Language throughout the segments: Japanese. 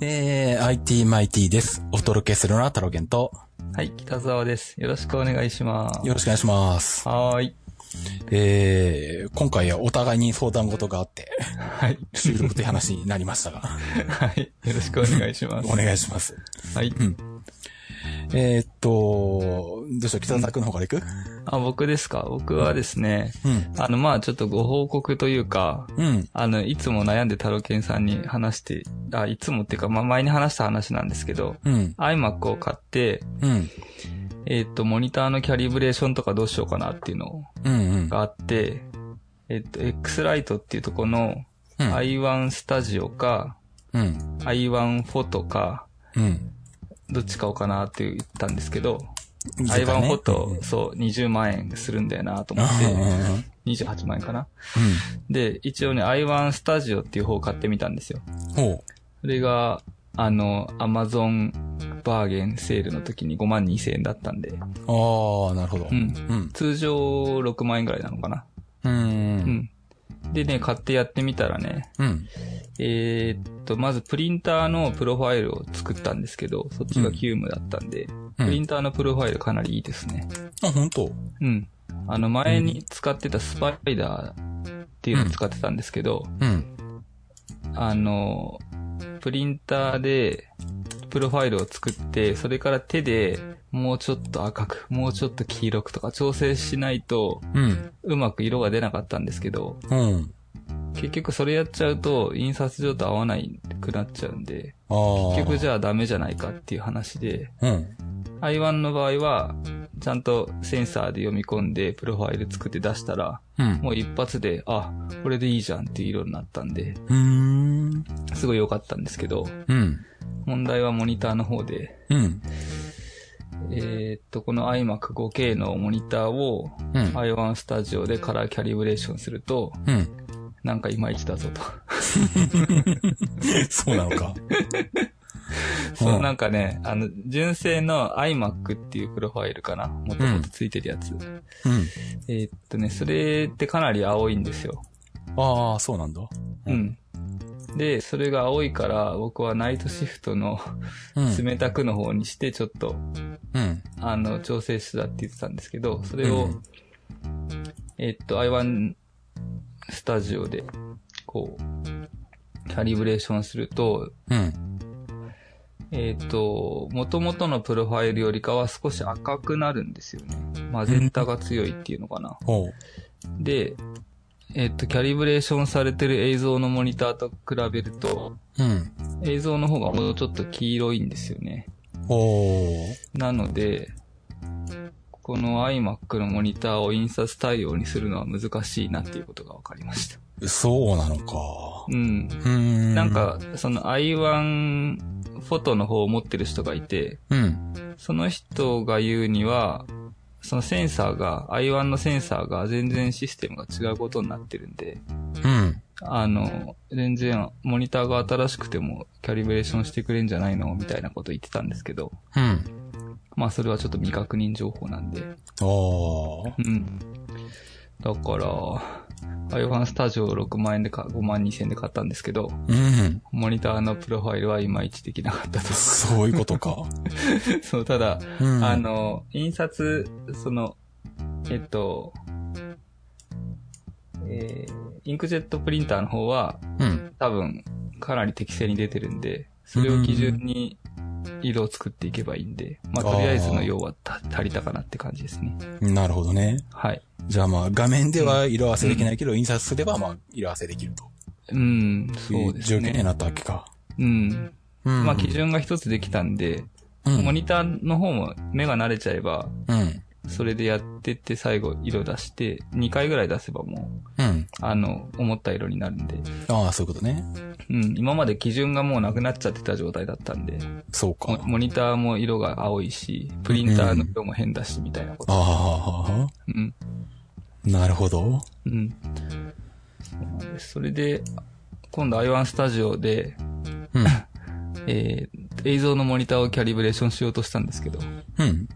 えー、IT マイティです。お届けするのはタロゲンと、はい、北沢です。よろしくお願いします。よろしくお願いします。はーい。えー、今回はお互いに相談事があって、 はい。収録という話になりましたが、 はい。よろしくお願いします。お願いします。はい。えー、っと、どうしよう、北沢君の方から行くあ、僕ですか僕はですね、うん。あの、まあちょっとご報告というか、うん。あの、いつも悩んでタロケンさんに話して、あ、いつもっていうか、まあ前に話した話なんですけど、うん。 iMac を買って、うん。えっと、モニターのキャリブレーションとかどうしようかなっていうのうん。うん。があって、えっと、Xlite っていうとこのうん。 i1 スタジオか、うん。 i1 フォトか、うん。どっち買おうかなって言ったんですけど、出たね i1 ホット、そう、20万円するんだよなとうん思うっんうんうて、んうん。 28万円かな。で、一応ね、i1 スタジオっていう方を買ってみたんですよ。ほそれが、あの、Amazon バーゲンセールの時に5万2千円だったんで、う。あー、なるほど。うん。うん。通常6万円ぐらいなのかな。う。うんん。でね、買ってやってみたらね、うん。えーっと、まずプリンターのプロファイルを作ったんですけど、そっちが急務だったんで、うプリん。ンターのプロファイルかなりいいですね。あ、ほんとうん。あの、前に使ってたスパイダーっていうのを使ってたんですけど、うん。あの、プリンターで、プロファイルを作って、それから手で、もうちょっと赤く、もうちょっと黄色くとか調整しないと、うん。うまく色が出なかったんですけど、うん。結局それやっちゃうと、印刷所と合わないくなっちゃうんで、あー。結局じゃあダメじゃないかっていう話で、うん。 i1 の場合は、ちゃんとセンサーで読み込んで、プロファイル作って出したら、うん。もう一発で、あ、これでいいじゃんっていう色になったんで、うーん。すごい良かったんですけど、うん。問題はモニターの方で、うん。えーっと、この iMac5K のモニターをうん。 i1 スタジオでカラーキャリブレーションすると、うん。なんかいまいちだぞと。そうなの か。そうう、んなんかね、あの、純正の iMac っていうプロファイルかな。もともとついてるやつ。うん。えーっとね、それってかなり青いんですよ。ああ、そうなんだ。ううんん。で、それが青いから、僕はナイトシフトのうん。冷たくの方にして、ちょっとうん。あの、調整してたって言ってたんですけど、それを、うんえっと、i1 スタジオで、こう、キャリブレーションすると、うん。えっと、元々のプロファイルよりかは少し赤くなるんですよね。マゼンタが強いっていうのかな。ほで、えっと、キャリブレーションされてる映像のモニターと比べると、う。うん。映像の方がもうちょっと黄色いんですよね。ほなので、この iMac のモニターを印刷対応にするのは難しいなっていうことが分かりました。う。そうなのか。うん。うーん。なん、か、その i1 フォトの方を持ってる人がいて、うん。その人が言うには、そのセンサーが、i1 のセンサーが全然システムが違うことになってるんで、うん。あの、全然モニターが新しくてもキャリブレーションしてくれんじゃないのみたいなこと言ってたんですけど、うん。まあそれはちょっと未確認情報なんで、ああ。うん。だから、iPhone スタジオ6万円でか、5万2千円で買ったんですけど、うん。。モニターのプロファイルはいまいちできなかったと そういうことか。そう、ただ、うん。あ、の、印刷、その、えっと、えーインクジェットプリンターの方はうん。多分かなり適正に出てるんで、それを基準に色を作っていけばいいんで、まあとりあえずの用はた足りたかなって感じですね。なるほどね。はい。じゃあまあ、画面では色あせできないけど、印刷すればまあ、色あせできるとうん、いそううで状す況にね。なったわけか。うん。うんまあ基準が一つできたんで、うんモニターの方も目が慣れちゃえば、うん。それでやってって最後色出して、2回ぐらい出せばもう、うん。あの、思った色になるんで、ああ、そういうことね。うん、今まで基準がもうなくなっちゃってた状態だったんで、そうか。モモニターも色が青いし、プリンターの色も変だし、みたいなこと。あうん、あ、なるほど。うん。そうなんです。それで、今度 i1 スタジオで、うん。えー映像のモニターをキャリブレーションしようとしたんですけど、うん。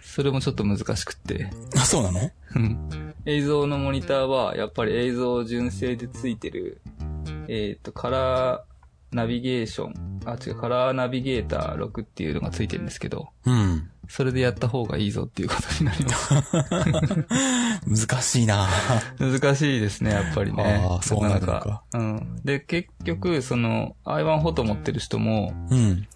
それもちょっと難しくって、あ、そうなのうん 映像のモニターは、やっぱり映像純正でついてる、えっ、と、カラーナビゲーションあ、違う、カラーナビゲーター6っていうのがついてるんですけど、うん。それでやった方がいいぞっていうことになり ます。難しいな難しいですね、やっぱりね。あーそうなのかうん。で、結局、その、i1 フォト持ってる人も、うん。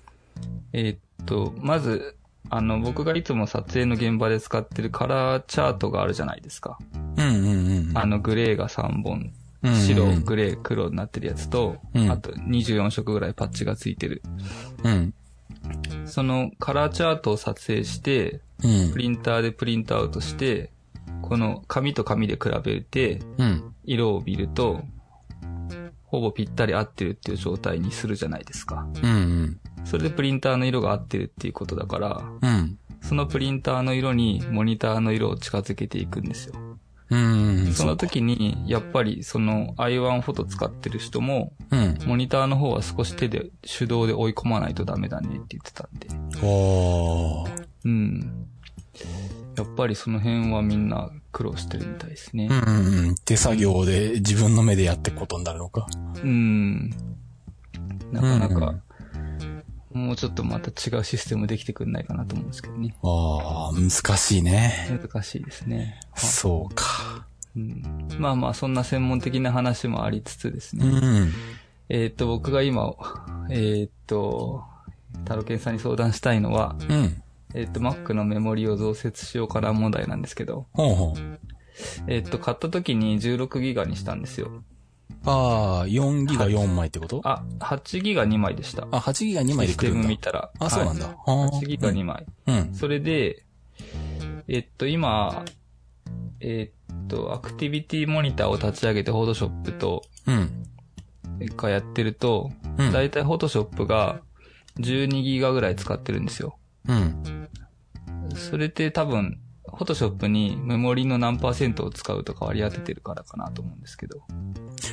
えーっと、まず、あの、僕がいつも撮影の現場で使ってるカラーチャートがあるじゃないですか。うんうんうん。あの、グレーが3本、うんうん、白、グレー、黒になってるやつと、うんあと24色ぐらいパッチがついてる。うん。そのカラーチャートを撮影して、うんプ。リンターでプリントアウトして、この紙と紙で比べて、うん。色を見ると、ほぼぴったり合ってるっていう状態にするじゃないですか。うんうん。それでプリンターの色が合ってるっていうことだから、うん。そのプリンターの色にモニターの色を近づけていくんですよ。うんうん。その時に、やっぱりその i1 フォト使ってる人も、うん。モニターの方は少し手で手動で追い込まないとダメだねって言ってたんで。おー。うん。やっぱりその辺はみんな苦労してるみたいですねう。んうんうん。手作業で自分の目でやっていくことになるのか。うん。なかなうかん、もうちょっとまた違うシステムできてくんないかなと思うんですけどね。ああ、難しいね。難しいですね。はそうか。うん、まあまあ、そんな専門的な話もありつつですうね。ん。えーっと、僕が今、えーっと、タロケンさんに相談したいのは、うん。えーっと、Mac のメモリを増設しようかな問題なんですけど、ほうほう。えーっと、買った時に16ギガにしたんですよ。ああ、4ギガ4枚ってことあ、8ギガ2枚でした。あ、8ギガ2枚で来システるムん見だ。たら。あ、そうなんだ。だ。はあ8ギガ2枚。うん。それで、えっと、今、えっと、アクティビティモニターを立ち上げて、フォトショップと、うん。かやってると、うん。だいたいフォトショップが12ギガぐらい使ってるんですよ。うん。それって多分、フォトショップにメモリの何パーセントを使うとか割り当ててるからかなと思うんですけど。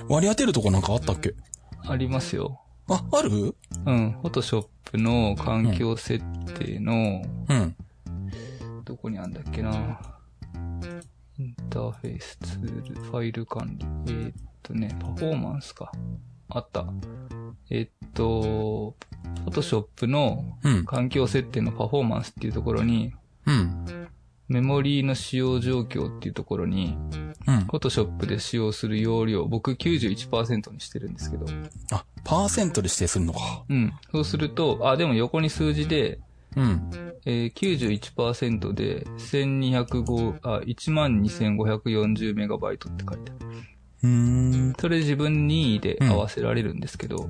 割り当てるとこなんかあったっけありますよ。あ、あるうん。フォトショップの環境設定の、うん。どこにあんだっけな。インターフェースツール、ファイル管理。えーっとね、パフォーマンスか。あった。えーっと、Photoshop のうん。環境設定のパフォーマンスっていうところに、うん。メモリーの使用状況っていうところに、うん。 Photoshop で使用する容量、僕91%にしてるんですけど。あ、パーセントで指定するのか。うん。そうすると、あ、でも横に数字で、うん。えー、91%で1205あ12,540メガバイトって書いてある。うーん。それ自分任意で合わせられるんですけど、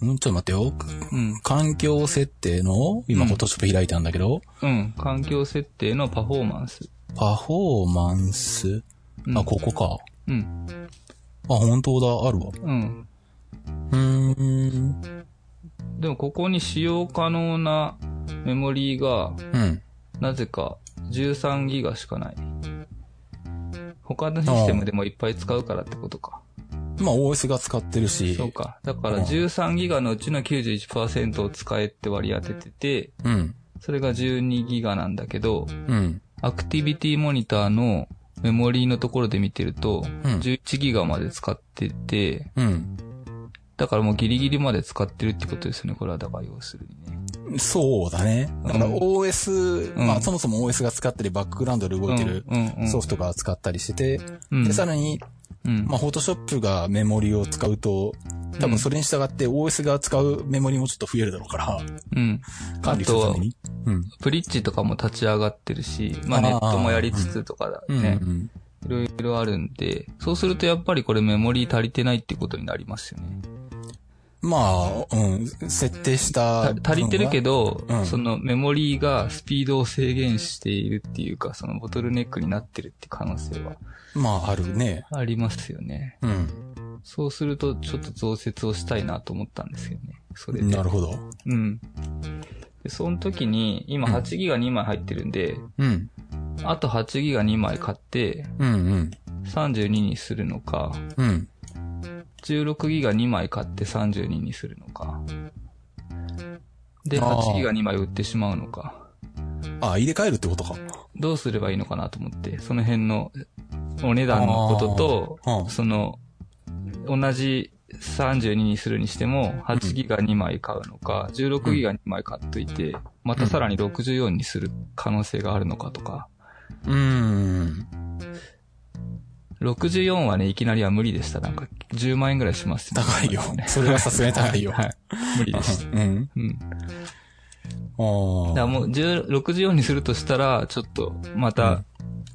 うん、ちょっと待ってよ。うん、環境設定の、今、うんフォトショップ開いたんだけど、うん、環境設定のパフォーマンス。パフォーマンス。うん、あ、ここか。うん、あ、本当だ、あるわ。うん。うーん。でもここに使用可能なメモリーが、うん。なぜか13ギガしかない。他のシステムでもいっぱい使うからってことか。まあ、OS が使ってるし。そうか。だから13ギガのうちの91%を使えって割り当ててて、うん。それが12ギガなんだけど、うん。アクティビティモニターのメモリーのところで見てると、うん11ギガまで使ってて、うん。だからもうギリギリまで使ってるってことですよね、これは。だから要するにね。そうだね。だからうん OS、うんまあ、そもそも OS が使ったり、バックグラウンドで動いてるうんうんうんソフトが使ったりしてて、うんで、さらに、うんまあ、フォトショップがメモリを使うと、多分それに従って OS が使うメモリもちょっと増えるだろうから、うん。管理するために。うん。ブリッジとかも立ち上がってるし、まああーネットもやりつつとかだうん。ね。うんいろいろあるんで、そうするとやっぱりこれメモリー足りてないってことになりますよね。まあ、うん。設定したた。足りてるけど。ど、うんそのメモリーがスピードを制限しているっていうか、そのボトルネックになってるって可能性はまあ、あるね。ありますよね。うん。そうすると、ちょっと増設をしたいなと思ったんですよね。それで。なるほど。うん。で、その時に、今うん8ギガ2枚入ってるんで、うん。あと8ギガ2枚買って、うんうん。 32にするのか、うん。 16ギガ2枚買って32にするのか。で、あー8ギガ2枚売ってしまうのか。あ、入れ替えるってことか。どうすればいいのかなと思って、その辺のお値段のことと、あーうんその、同じ32にするにしても、8ギガ2枚買うのか、16ギガ2枚買っといて、またさらに64にする可能性があるのかとか、うん。 64はね、いきなりは無理でした。なんか、10万円ぐらいします、高いよね。それはさすがに高いよ。はい。無理でした。うん。うん。だかあらあ。もう10 64にするとしたら、ちょっとまた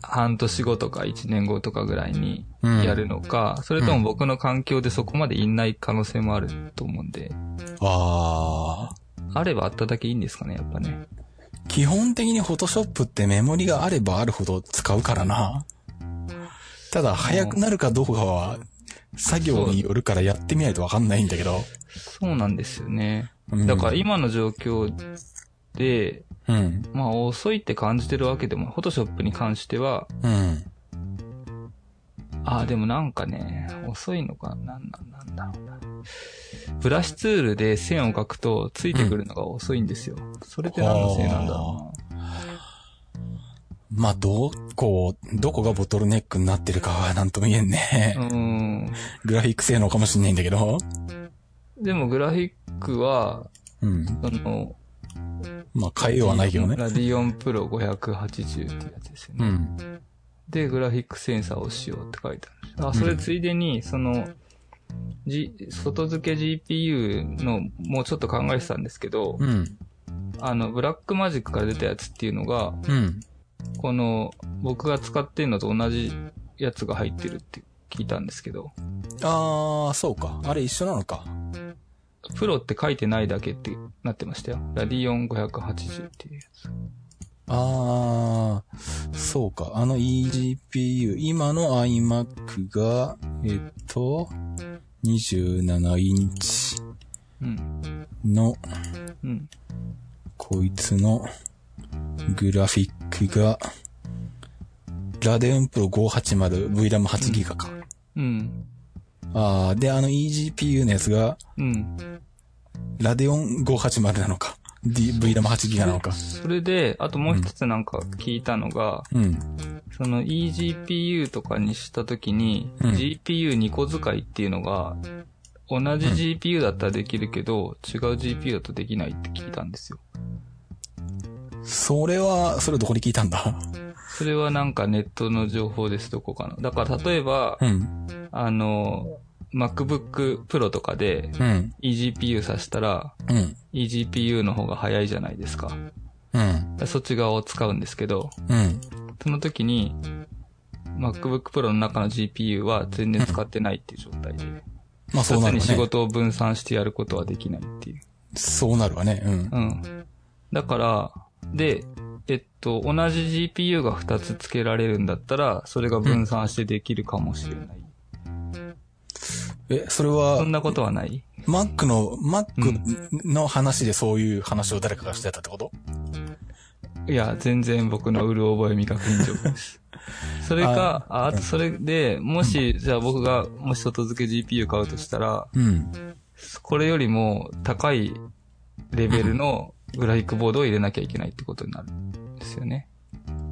半年後とか1年後とかぐらいにうんやるのか、それとも僕の環境でそこまでいない可能性もあると思うんで、ああ。あればあっただけいいんですかね、やっぱね。基本的にフォトショップってメモリがあればあるほど使うからな。ただ、早くなるかどうかは、作業によるからやってみないとわかんないんだけど。そうなんですよね。うんだから、今の状況で、うん。まあ遅いって感じてるわけでも、フォトショップに関しては、うん。ああ、でもなんかね、遅いのか、なんなんなんだろうな。ブラシツールで線を描くと、ついてくるのが遅いんですよ。それって何のせいなんだろうな。まあ、どこ、どこがボトルネックになってるかはなんとも言えんね。うーん。グラフィック性能かもしんないんだけど。でもグラフィックは、うん。その、まあ、変えようはないけどね。ラディオンプロ580ってやつですようね。ん。で、グラフィックセンサーを使用って書いてあるんです。あ、それついでに、その、じ、外付け GPU の、もうちょっと考えてたんですけど、うん。あの、ブラックマジックから出たやつっていうのが、うん。この、僕が使ってるのと同じやつが入ってるって聞いたんですけど、あー、そうか。あれ一緒なのか。プロって書いてないだけってなってましたよ。ラディオン580っていうやつ。あー、そうか。あの eGPU、今の iMac が、えっと、27インチうん。の、うん。こいつの、グラフィックが、ラデオンプロ580、VRAM8 ギガか。うん。あー、で、あの eGPU のやつが、うん。ラデオン580なのか。D、VRAM8 ギガなのか。それで、あともう一つなんか聞いたのが、うん。その eGPU とかにしたときに、うん GPU2 個使いっていうのが、同じ GPU だったらできるけど、違う GPU だとできないって聞いたんですよ。それは、それどこで聞いたんだそれはなんかネットの情報です、どこかの。だから例えば、うん。あの、MacBook Pro とかでうん。 eGPU 挿したら、うん。 eGPU の方が早いじゃないですか。うん。そっち側を使うんですけど、うん。その時に、MacBook Pro の中の GPU は全然使ってないっていう状態で、 まあそうな二つるにわ仕ね。事を分散してやることはできないっていう。そうなるわね。うん。うん。だから、で、えっと、同じ GPU が2つ付けられるんだったら、それが分散してできるかもしれない。え、それそはん、なことはない Mac の、う Mac の話でそういう話を誰かがしてたってこといや、全然僕のうる覚え未確認情 報です。それか、ああとそれで、もし、じゃあ僕が、もし外付け GPU 買うとしたら、うん。これよりも高いレベルのグラフィックボードを入れなきゃいけないってことになるんですよね。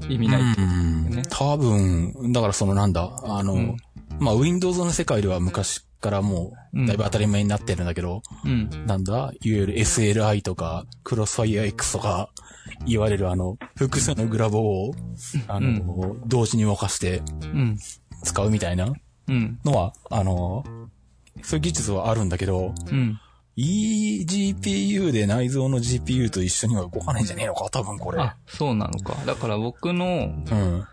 意味ないってことですよね。多分、だからそのなんだ、あの、うんまあ Windows の世界では昔からもうんう、だいぶ当たり前になってるんだけど、うん。なんだ、いわゆる SLI とか、クロスファイア X とか、言われるあの、複数のグラボを、あの、同時に動かしてうん。使うみたいなうん。のは、あの、そういう技術はあるんだけど、うん。 eGPU で内蔵の GPU と一緒には動かないんじゃねえのか多分これあ。、そうなのか。だから僕の、うん。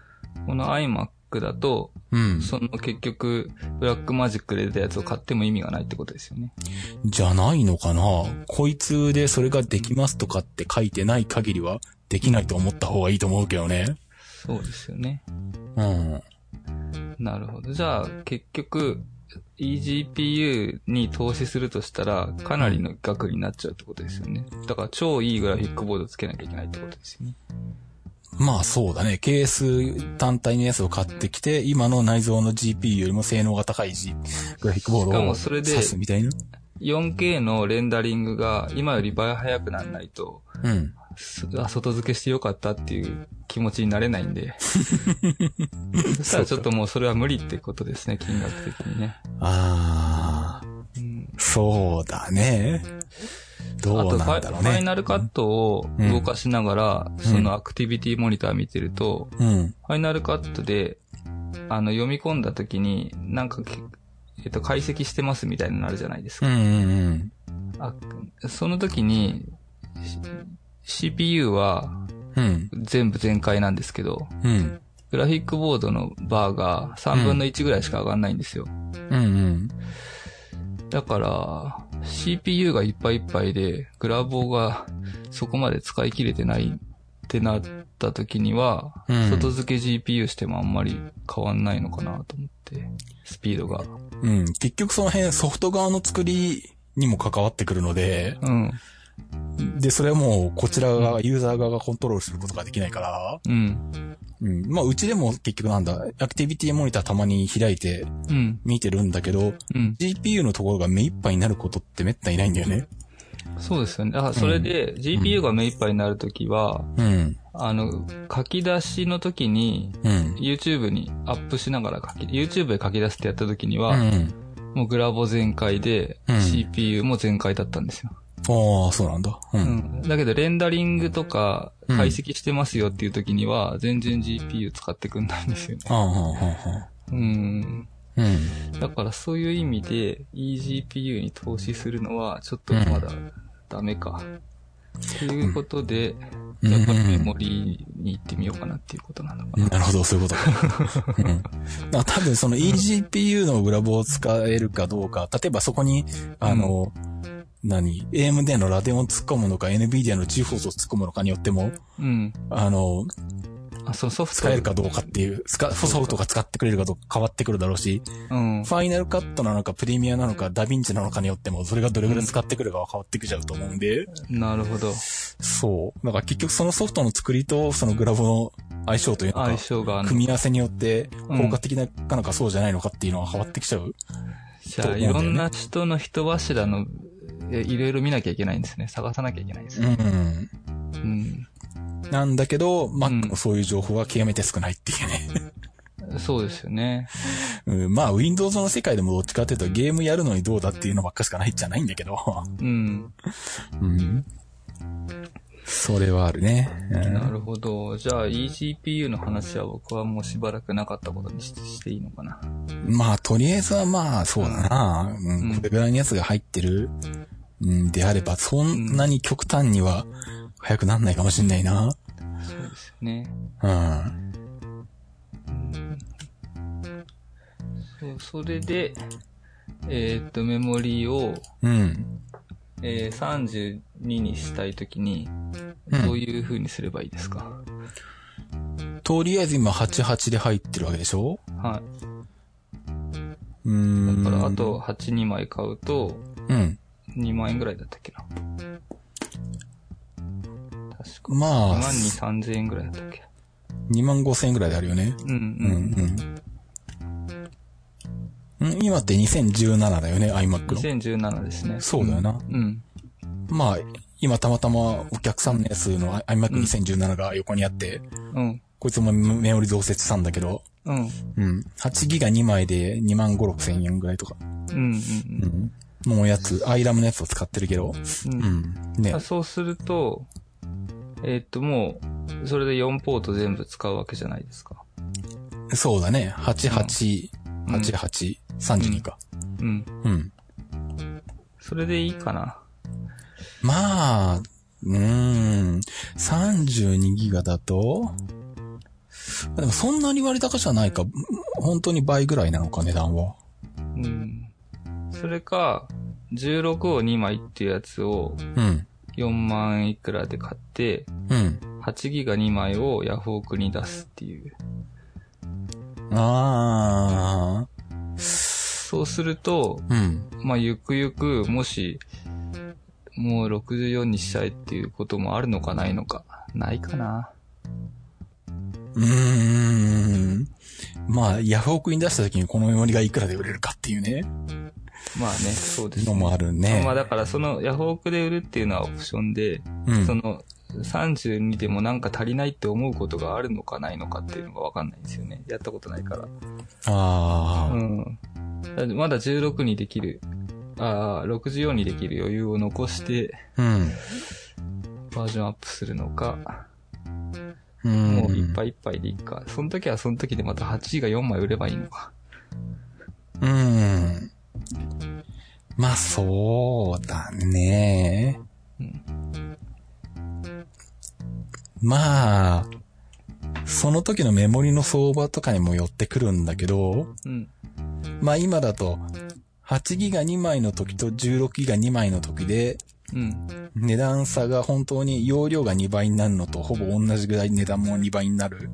この iMac だと、うん。その結局、ブラックマジックで出たやつを買っても意味がないってことですよね。じゃないのかなこいつでそれができますとかって書いてない限りはできないと思った方がいいと思うけどね。そうですよね。うん。なるほど。じゃあ、結局、eGPU に投資するとしたら、かなりの額になっちゃうってことですよね。だから、超いいグラフィックボードつけなきゃいけないってことですよね。まあそうだね。ケース単体のやつを買ってきて、今の内蔵の GPU よりも性能が高い G グラフィックボーしかドもをそれ刺ですみたいな。 4K のレンダリングが今より倍早くならないと、うん。すあ外付けしてよかったっていう気持ちになれない んで。そしたらちょっともうそれは無理ってことですね、金額的にね。あうんそうだね。どうあとフなァんイ、だろうファイね。ナルカットを動かしながら、そのアクティビティモニター見てると、うん。ファイナルカットで、あの、読み込んだ時に、なんかけ、えっと、解析してますみたいになるじゃないですうか。んうんうん。あその時に、し CPU はうん。全部全開なんですけど、うん。グラフィックボードのバーが3分の1ぐらいしか上がんないんですよ。うんうん。だから、CPU がいっぱいいっぱいで、グラボがそこまで使い切れてないってなった時には、うん外付け GPU してもあんまり変わんないのかなと思って、スピードが。うん。結局その辺ソフト側の作りにも関わってくるので、うん。で、それはもうこちら側、ユーザー側がコントロールすることができないから、うん。うん。まあ、うちでも結局なんだ、アクティビティモニターたまに開いてうん。見てるんだけど、うん。 GPU のところが目いっぱいになることってめったにないんだよね。そうですよね。あ、それで GPU が目いっぱいになるときは、うん。あの、書き出しの時に、うん。 YouTube にアップしながら書き、YouTube で書き出すってやった時にうは、ん。もうグラボ全開で、うん CPU も全開だったんですよ。ああ、そうなんだ。う。うんん。だけど、レンダリングとか、うん解析してますよっていう時には、全然 GPU 使ってくんないんですよね。ああ、ああ、うん。うん。だから、そういう意味で、eGPU に投資するのは、ちょっとまだ、ダメか。ということで、うんやっぱりメモリーに行ってみようかなっていうことなのかな。なるほど、そういうこと か。うん。まあ多分その eGPU のグラボを使えるかどうか、例えばそこに、あの、何 ?AMD のラデオンを突っ込むのか、NVIDIA の GForce を突っ込むのかによっても、うん。あの、あ、そう、ソフト。使えるかどうかっていう、スカソフトが使ってくれるかどうか変わってくるだろうし、うん。ファイナルカットなのか、プレミアなのか、ダヴィンチなのかによっても、それがどれぐらい使ってくるかは変わってくちゃうと思うんで、なるほど。そう。だから結局そのソフトの作りと、そのグラボの相性というの相か、性があるの組み合わせによって効果的なかのかそうじゃないのかっていうのは変わってきちゃう。じゃあ、とい思うんだよねろんな人の人柱の、えいろいろ見なきゃいけないんですね。探さなきゃいけないんですうね。ん。うん。なんだけど、Mac うんのそういう情報は極めて少ないっていうね。 そうですよね。うん、まあ Windows の世界でもどっちかっていうとゲームやるのにどうだっていうのばっかしかないじゃないんだけど。うん。うん。それはあるね。なるほど。じゃあ、eGPU の話は僕はもうしばらくなかったことにししていいのかな。うん、まあとりあえずはまあそうだな。ううんん、これぐらいのやつが入ってる。うん、であれば、そんなに極端には早くなんないかもしんないな。そうですよね。うん。うんそう、それで、えーっと、メモリーを、うん。えー32にしたいときに、うんどういう風にすればいいですか、とりあえず今88で入ってるわけでしょはい。うーん。だから、あと8、2枚買うと、うん。 2万円ぐらいだったっけな。確か。2まあ万、2、3000円ぐらいだったっけ。 2万5千円ぐらいであるよね。うんうんうん。うん。ん今って2017だよね、iMac の。 2017ですね。そうだよな。うん。まあ、今たまたまお客さんのやつの iMac2017 が横にあって、うん。こいつもメモリ増設したんだけど、うん。うん。8ギガ2枚で2万5、6千円ぐらいとか。うん。うん。うん。のやつ、iRAM のやつを使ってるけど。うんう。ん。ねあ。そうすると、えーっと、もう、それで4ポート全部使うわけじゃないですか。そうだね。88、うん88、32か。うん。うん。それでいいかな。まあ、うーん、32ギガだと、でもそんなに割高じゃないか、ん本当に倍ぐらいなのか、値段は。うん。それか、16を2枚っていうやつをうん、 4万いくらで買って、うん。 8ギガ2枚をヤフオクに出すっていう。あそうすると、あ、うん、まあ、ゆくゆく、もし、もう64にしちゃえっていうこともあるのかないのか。ないかな。うーん。まあ、ヤフオクに出した時にこのメモリがいくらで売れるかっていうね、まあね、そうです、のもあるね。まあだからそのヤフオクで売るっていうのはオプションで、うんその32でもなんか足りないって思うことがあるのかないのかっていうのがわかんないんですよね。やったことないから。ああ、うん。だってまだ16にできるああ、64にできる余裕を残してうん。バージョンアップするのか、うん。もういっぱいいっぱいでいいか。その時はその時でまた8が4枚売ればいいのか。うん。まあ、そうだね。うん。まあ、その時のメモリの相場とかにも寄ってくるんだけど、うん。まあ今だと、8ギガ2枚の時と16ギガ2枚の時で、うん。値段差が本当に容量が2倍になるのとほぼ同じぐらい値段も2倍になる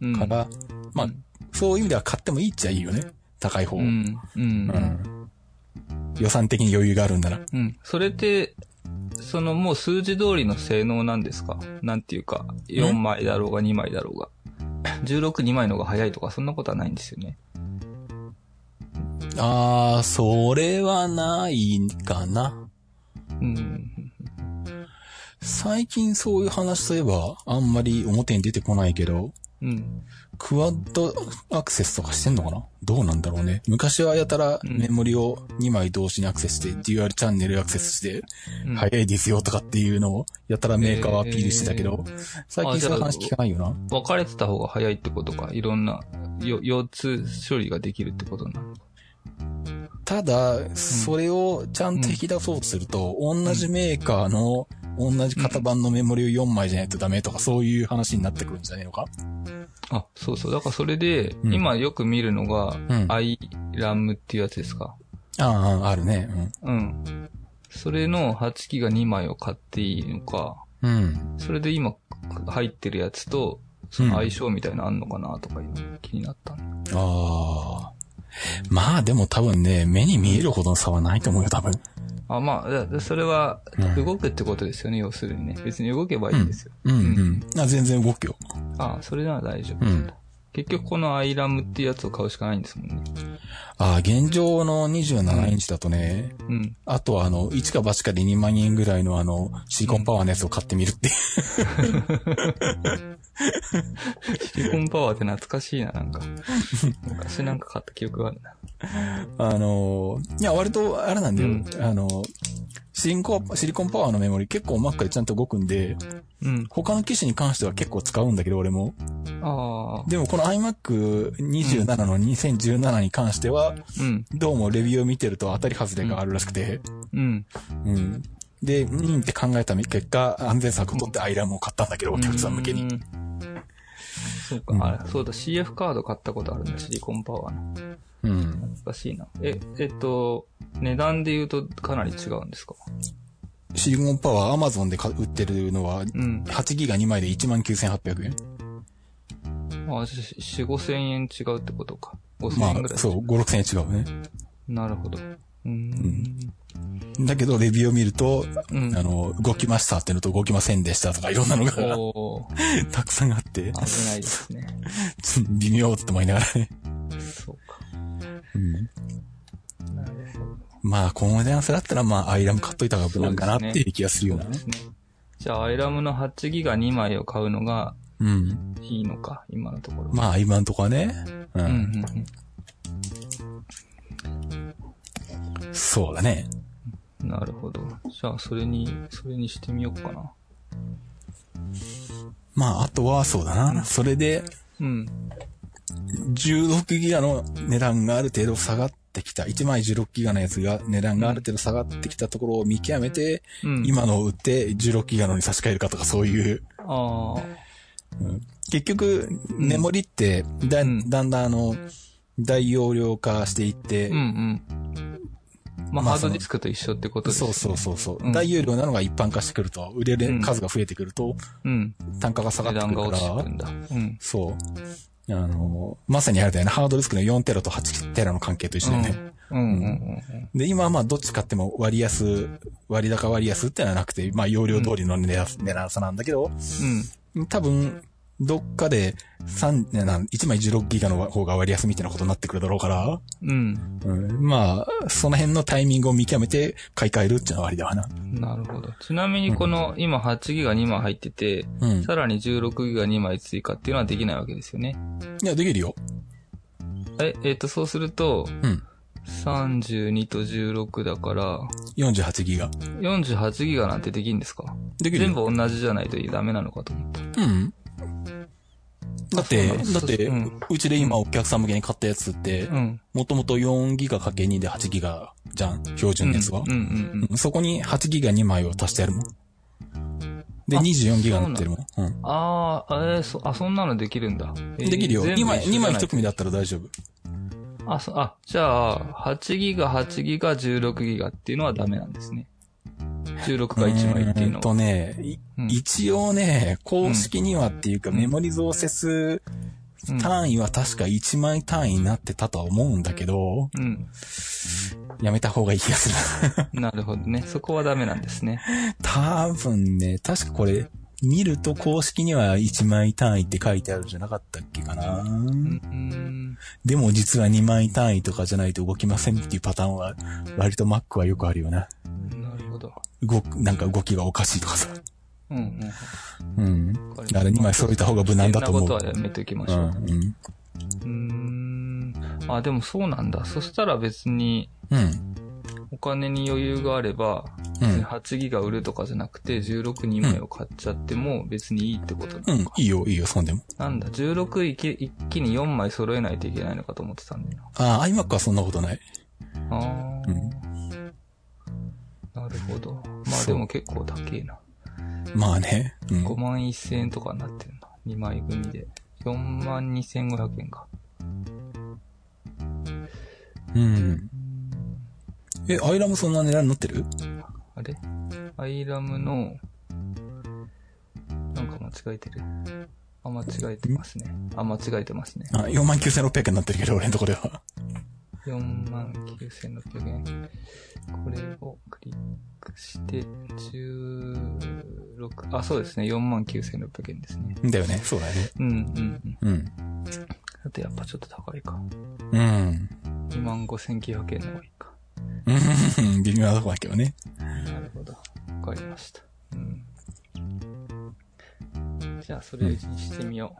うん。から、まあうんそういう意味では買ってもいいっちゃいいよね。高い方。うん。うん。うん予算的に余裕があるんなら。うん。それって、そのもう数字通りの性能なんですかなんていうか、4枚だろうが2枚だろうが。16、2枚の方が早いとか、そんなことはないんですよね。あー、それはないかな。うん。最近そういう話といえば、あんまり表に出てこないけど、うん。クワッドアクセスとかしてんのかなどうなんだろうね。昔はやたらうんメモリを2枚同時にアクセスして、デュアルチャンネルアクセスして、うん早いですよとかっていうのを、やたらメーカーはアピールしてたけど、最近そういう話聞かないよな。分かれてた方が早いってことか。いろんな、よ、腰痛処理ができるってことなのか。ただ、それをちゃんと引き出そうとすると、同じメーカーの、同じ型番のメモリを4枚じゃないとダメとか、そういう話になってくるんじゃねえのかあ、そうそう。だからそれで、うん今よく見るのが、うん。あ iRAM っていうやつですか。あ、あるね。うん。それの8ギガ2枚を買っていいのか、うん。うん。それで今入ってるやつと、その相性みたいなのあんのかなとかいうのが気になった、んだ、ああ。まあでも多分ね、目に見えるほどの差はないと思うよ、多分。あ、まあだ、それはうん動くってことですよね、要するにね。別に動けばいいんですよ。うんううん。あ全然動くよ。あそれなら大丈う夫。ん結局この iRAM っていうやつを買うしかないんですもんね。ああ、現状の27インチだとね、うん。あとはあの、1か8かで2万円ぐらいのあの、シリコンパワーのやつを買ってみるっていう。シリコンパワーって懐かしいな、な んか。昔なんか買った記憶があるな。あのー、いや、割と、あれなんだよ。うんあのー、シリコンシリコンパワーのメモリ結構 Mac でちゃんと動くんで、うん。他の機種に関しては結構使うんだけど、俺も。ああ。でもこの iMac27 の2017に関しては、うん。どうもレビューを見てると当たり外れがあるらしくて、うん。うん。で、うんって考えた結果、安全策を取ってアイラムを買ったんだけど、お客さん向けに。うん。そうか、うんあれ、そうだ、CF カード買ったことあるんだ、シリコンパワーの。うん。懐かしいな。え、えっと、値段で言うとかなり違うんですかシリコンパワー、アマゾンで買売ってるのは、うん。 8ギガ2枚で19,800円。あ、じゃあ4、5千円違うってことか。5千ま円ぐらあ、い。そう、5、6,000円違うね。なるほど。うーん。だけど、レビューを見ると、うん。あの、動きましたってのと動きませんでしたとか、いろんなのがおー、たくさんあって、 危ないですね。微妙って思いながらね。そうか。なるほど。まあ、この値段差だったら、まあ、アイラム買っといた方が無難かなっていう気がするようなそうねで。すね。じゃあ、アイラムの8ギガ2枚を買うのがうん。いいのか、今のところ。まあ、今んとこはね。う。うんんうんそうだね。うん。なるほど。じゃあ、それに、それにしてみようかな。まあ、あとは、そうだな。それで、うん。 16ギガの値段がある程度下がってきた。1枚16ギガのやつが値段がある程度下がってきたところを見極めて、うん。。今のを売って16ギガのに差し替えるかとかそういう。ああ。結局、メモリってだ、うんだんだんあの、大容量化していって、うんうん。まあ、まあハードディスクと一緒ってことですそうそうそそうそう、うん大容量なのが一般化してくると、売れうるん数が増えてくると、う。うん。単価が下が値って段くがる落ちかてくら、んだ。うん。そう。あの、まさにあれだよね、ハードディスクの4テラと8テラの関係と一緒だよね。うんうんうんうん。で、今はまあどっち買っても割安、割高割安ってのはなくて、まあ容量通りの値段値段差なんだけど、多分、どっかで三なん1枚16ギガの方が割安みたいなことになってくるだろうから、うん。うん、まあ、その辺のタイミングを見極めて買い替えるっていうのはありだわな。うん。なるほど。ちなみにこの、今8ギガ2枚入ってて、うん。いさらに16ギガ2枚追加っていうのはできないわけですよね。や、できるよ。え、えっ、と、そうすると、うん。 32と16だから、 48ギガ。 48ギガなんてできんですかできる全よ部同じじゃないとダメなのかと思った。うん。だっあて、そうなのだって、うんうちで今お客さん向けに買ったやつって、うん。もともと4ギガかけ2で8ギガじゃん。標準のやつはうん。うんうん。うんそこに8ギガ2枚を足してやるもん。で、あ24ギガになってるもん。うん。ああ、えーそ、あ、そんなのできるんだ。えーできるよ。全部2枚、一緒じ2ゃない枚1組だったら大丈夫。あ、そ、あ、じゃあ、8ギガ、8ギガ、16ギガっていうのはダメなんですね。16が1枚っていうのんは。とね、いうん一応ね、公式にはっていうか、うんメモリ増設うん単位は確か1枚単位になってたとは思うんだけど、うん。やめた方がいい気 がする。なるほどね。そこはダメなんですね。多分ね、確かこれ、見ると公式には1枚単位って書いてあるんじゃなかったっけかな。うんうん。でも実は2枚単位とかじゃないと動きませんっていうパターンは、割と Mac はよくあるよな。なるほど。動く、なんか動きがおかしいとかさ。うんうん。うん。わだから2枚揃えた方が無難だと思うそんなことはやめておきまうしょう。ん。うん。うん。んあ、でもそうなんだ。そしたら別に、うん。お金に余裕があれば、うん。 8ギガ売るとかじゃなくて、162枚を買っちゃっても別にいいってことうなのんか。、いいよ、いいよ、そんでも。なんだ、16いき一気に4枚揃えないといけないのかと思ってたんだよああ、iMac はそんなことない。な。あー。うんなるほど。まあそうでも結構高えな。まあね。うん。 5万1000円とかになってるな。2枚組で。4万2500円か。うん。え、アイラムそんな値段になってるあれアイラムの、なんか間違えてる。あ、間違えてますね。あ、間違えてますね。あ、49,600円になってるけど、俺のとこでは。 4万9600円。これをクリックして、16、あ、そうですね。4万9600円ですね。 だよね。そうだね。うんうんうん。うん。あとやっぱちょっと高いか。うん。 2万5900円の方がいいか。うん。微妙なとこだけどね。なるほど。わかりました。うん。じゃあ、それにしてみよ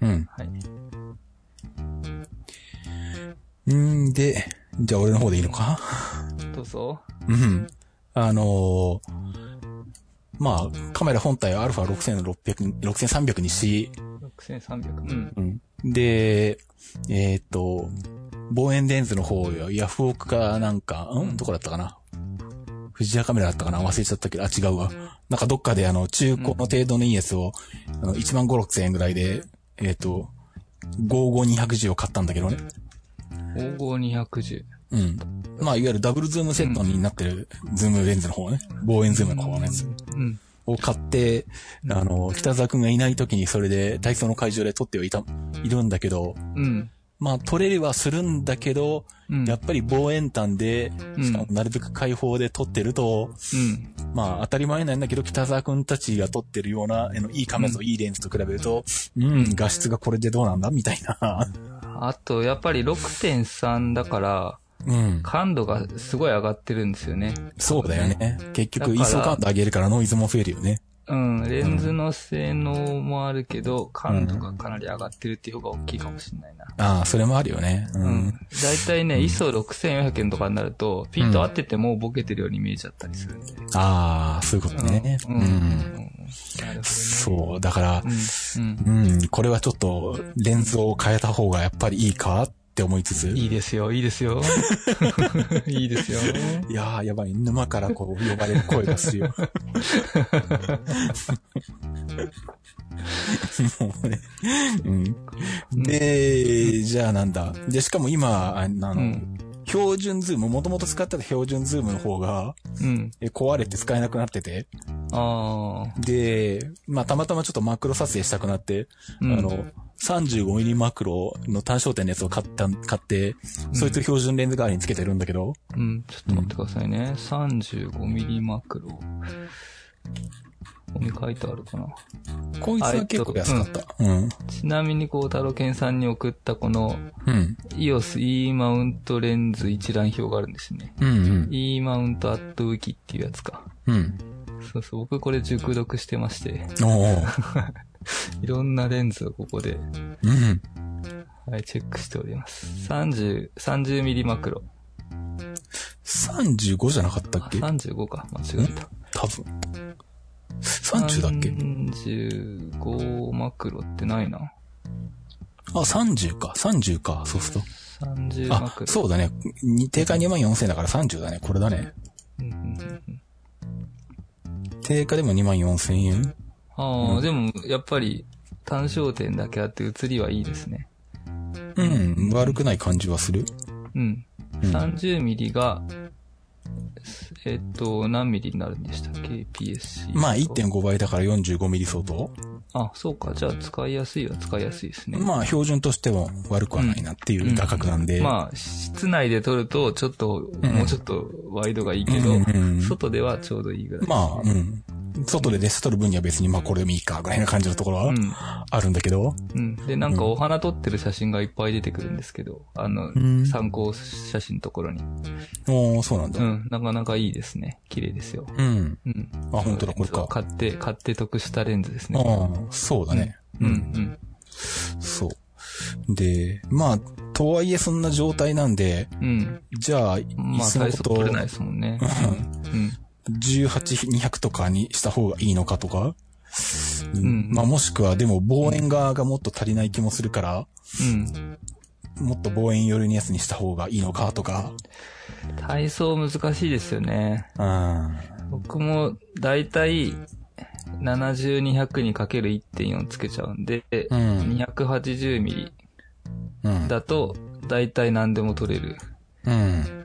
うん。う。はい。んで、じゃあ俺の方でいいのかどうぞ。うん。あのーまあ、カメラ本体は α6600、6300にし、 6300。うん。で、えーっ、と、望遠レンズの方よ、ヤフオクかなんか、うんどこだったかな富士屋カメラだったかな忘れちゃったけど、あ、違うわ。なんかどっかであの、中古の程度のいいやつを、あの、1万5、6千円ぐらいで、えーっ、と、55210を買ったんだけどね。黄金210。うん。まあ、いわゆるダブルズームセットになってる、ズームレンズの方ね。望遠ズームの方のやつうん。を買って、あの、北沢くんがいない時にそれで体操の会場で撮ってはいた、いるんだけど、うん。まあ、撮れればするんだけど、うん。やっぱり望遠端で、うんしかもなるべく開放で撮ってると、うん。まあ、当たり前なんだけど、北沢くんたちが撮ってるような、あの、いいカメラとうんいいレンズと比べると、うん、画質がこれでどうなんだみたいな。あと、やっぱり6.3だから、うん。感度がすごい上がってるんですよね。そうだよね。結局、だから ISO 感度上げるからノイズも増えるよね。うん。レンズの性能もあるけど、感度がかなり上がってるっていう方が大きいかもしれないな。ああ、それもあるよね。う。うんん。大体ね、ISO6400 円とかになると、ピント合っててもボケてるように見えちゃったりするんで。ああ、そういうことね。うん。ううんん。なるほどね。そう、だから、うん。うん、これはちょっと、レンズを変えた方がやっぱりいいかって思いつつ、うん。いいですよ、いいです よ。いいですよ。いやー、やばい。沼からこう、呼ばれる声がする よ。もうね。うん。で、じゃあなんだ。で、しかも今、あの、うん標準ズーム、もともと使ってた標準ズームの方が、うん。え壊れて使えなくなってて、ああ。で、まあ、たまたまちょっとマクロ撮影したくなって、うんあの、35mm マクロの単焦点のやつを買った、買って、そいつを標準レンズ代わりにつけてるんだけど、うん、ちょっと待ってくださいね。35ミリマクロ。ここに書いてあるかな。こいつは結構安かった。うん。ちなみに、こう、太郎健さんに送ったこのうん。 EOS E マウントレンズ一覧表があるんですね。うん。 E マウントアットウィキっていうやつか。うん。そうそう、僕これ熟読してまして、おお。いろんなレンズをここで、うん。はい、チェックしております。30、30ミリマクロ。 35じゃなかったあっけ35か。間違えた。多分。30だっけ ?35 マクロってないな。あ、30か。30か。そうすると。 30マあク、ロ。そうだね。に定価2万4000だから30だね。これだね。うんうんうんうん定価でも2万4000円あうあ、んでも、やっぱり、単焦点だけあって映りはいいですね。うん。悪くない感じはする。うん。うん30ミリが、えっと、何ミリになるんでしたっけ ?PSC。まあ1.5倍だから45ミリ相当。あ、そうか。じゃあ、使いやすいは使いやすいですね。まあ標準としても悪くはないなっていう画角なんで。まあ、室内で撮ると、ちょっと、うんもうちょっとワイドがいいけうどんうんうん、外ではちょうどいいぐらい。まあ、うん。外でレストる分には別にまあこれでもいいかぐらいな感じのところうはん。あるんだけど。うん。で、なんかお花撮ってる写真がいっぱい出てくるんですけど、あの、ん参考写真のところに。おーそうなんうだ。ん。なかなかいいですね。綺麗ですよ。うん。うん。あ、本当だ、これそうか。買って、買って得したレンズですあね。あ、そうだね。うん、うん、そう。で、まあ、とはいえそんな状態なんで、うん。じゃあ、いまあ、つのこ最速と取れないですもんね。うん。 18、200とかにした方がいいのかとか、うんん、まあもしくは、でも望遠側がもっと足りない気もするから、うん。もっと望遠寄りのやつにした方がいいのかとか、うん。体操難しいですよね。うん。僕も、だいたい、70、200にかける1.4つけちゃうんで、うん。 280ミリうん。だと、だいたい何でも撮れる。うん。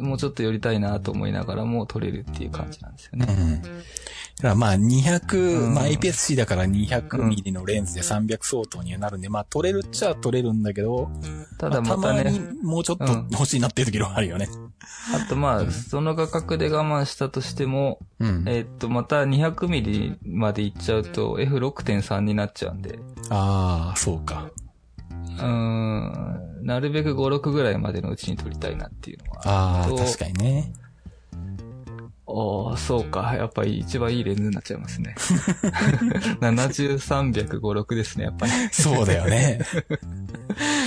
もうちょっと寄りたいなと思いながらも撮れるっていう感じなんですようね。ん。だからまあ200、うんまあ APS-C だから200ミリのレンズで300相当にはなるんで、まあ取れるっちゃ取れるんだけど、ただまあまたね、にもうちょっと欲しいなっていう時もあるよね。あとまあ、その画角で我慢したとしても、うんえーっと、また200ミリまで行っちゃうと F6.3 になっちゃうんで、うああ、そうか。ーん、なるべく5、6ぐらいまでのうちに撮りたいなっていうのは。ああ、と確かにね。おー、そうか。やっぱり一番いいレンズになっちゃい ますね。70、300、5、6ですね、やっぱり。そうだよ ね。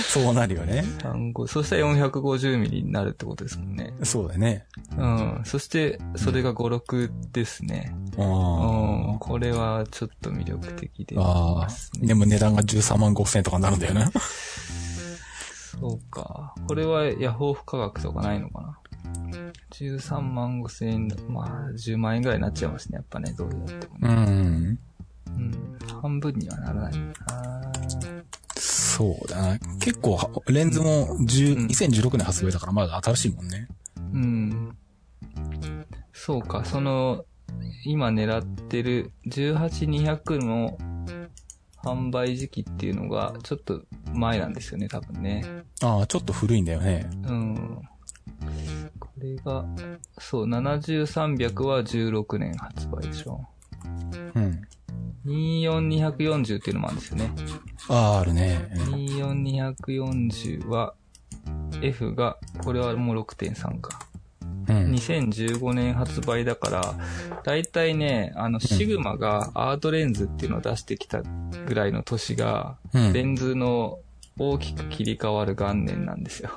そうなるよね。 35そしたら450ミリになるってことですもんね。そうだよね。うん。そして、それが5、6ですね。うあん。これはちょっと魅力的であ。あまあす。ねでも値段が13万5千円とかになるんだよね。そうか。これはヤフオク価格とかないのかな ?13 万5千円だ。まあ、10万円ぐらいになっちゃいますね。やっぱね、どうやってもうね。ん。うん。半分にはならないな。そうだな。結構、レンズも10うん2016年発売だからまだ新しいもんね。うん。そうか。その、今狙ってる18200の販売時期っていうのが、ちょっと前なんですよね、多分ね。ああ、ちょっと古いんだよね。うん。これが、そう、70300は16年発売でしょ。うん。 24240っていうのもあるんですよね。ああ、あるね。 24240は、F が、これはもう6.3か。うん。 2015年発売だから、だいたいね、あの、シグマがアートレンズっていうのを出してきたぐらいの年が、うんレンズの大きく切り替わる元年なんですよ。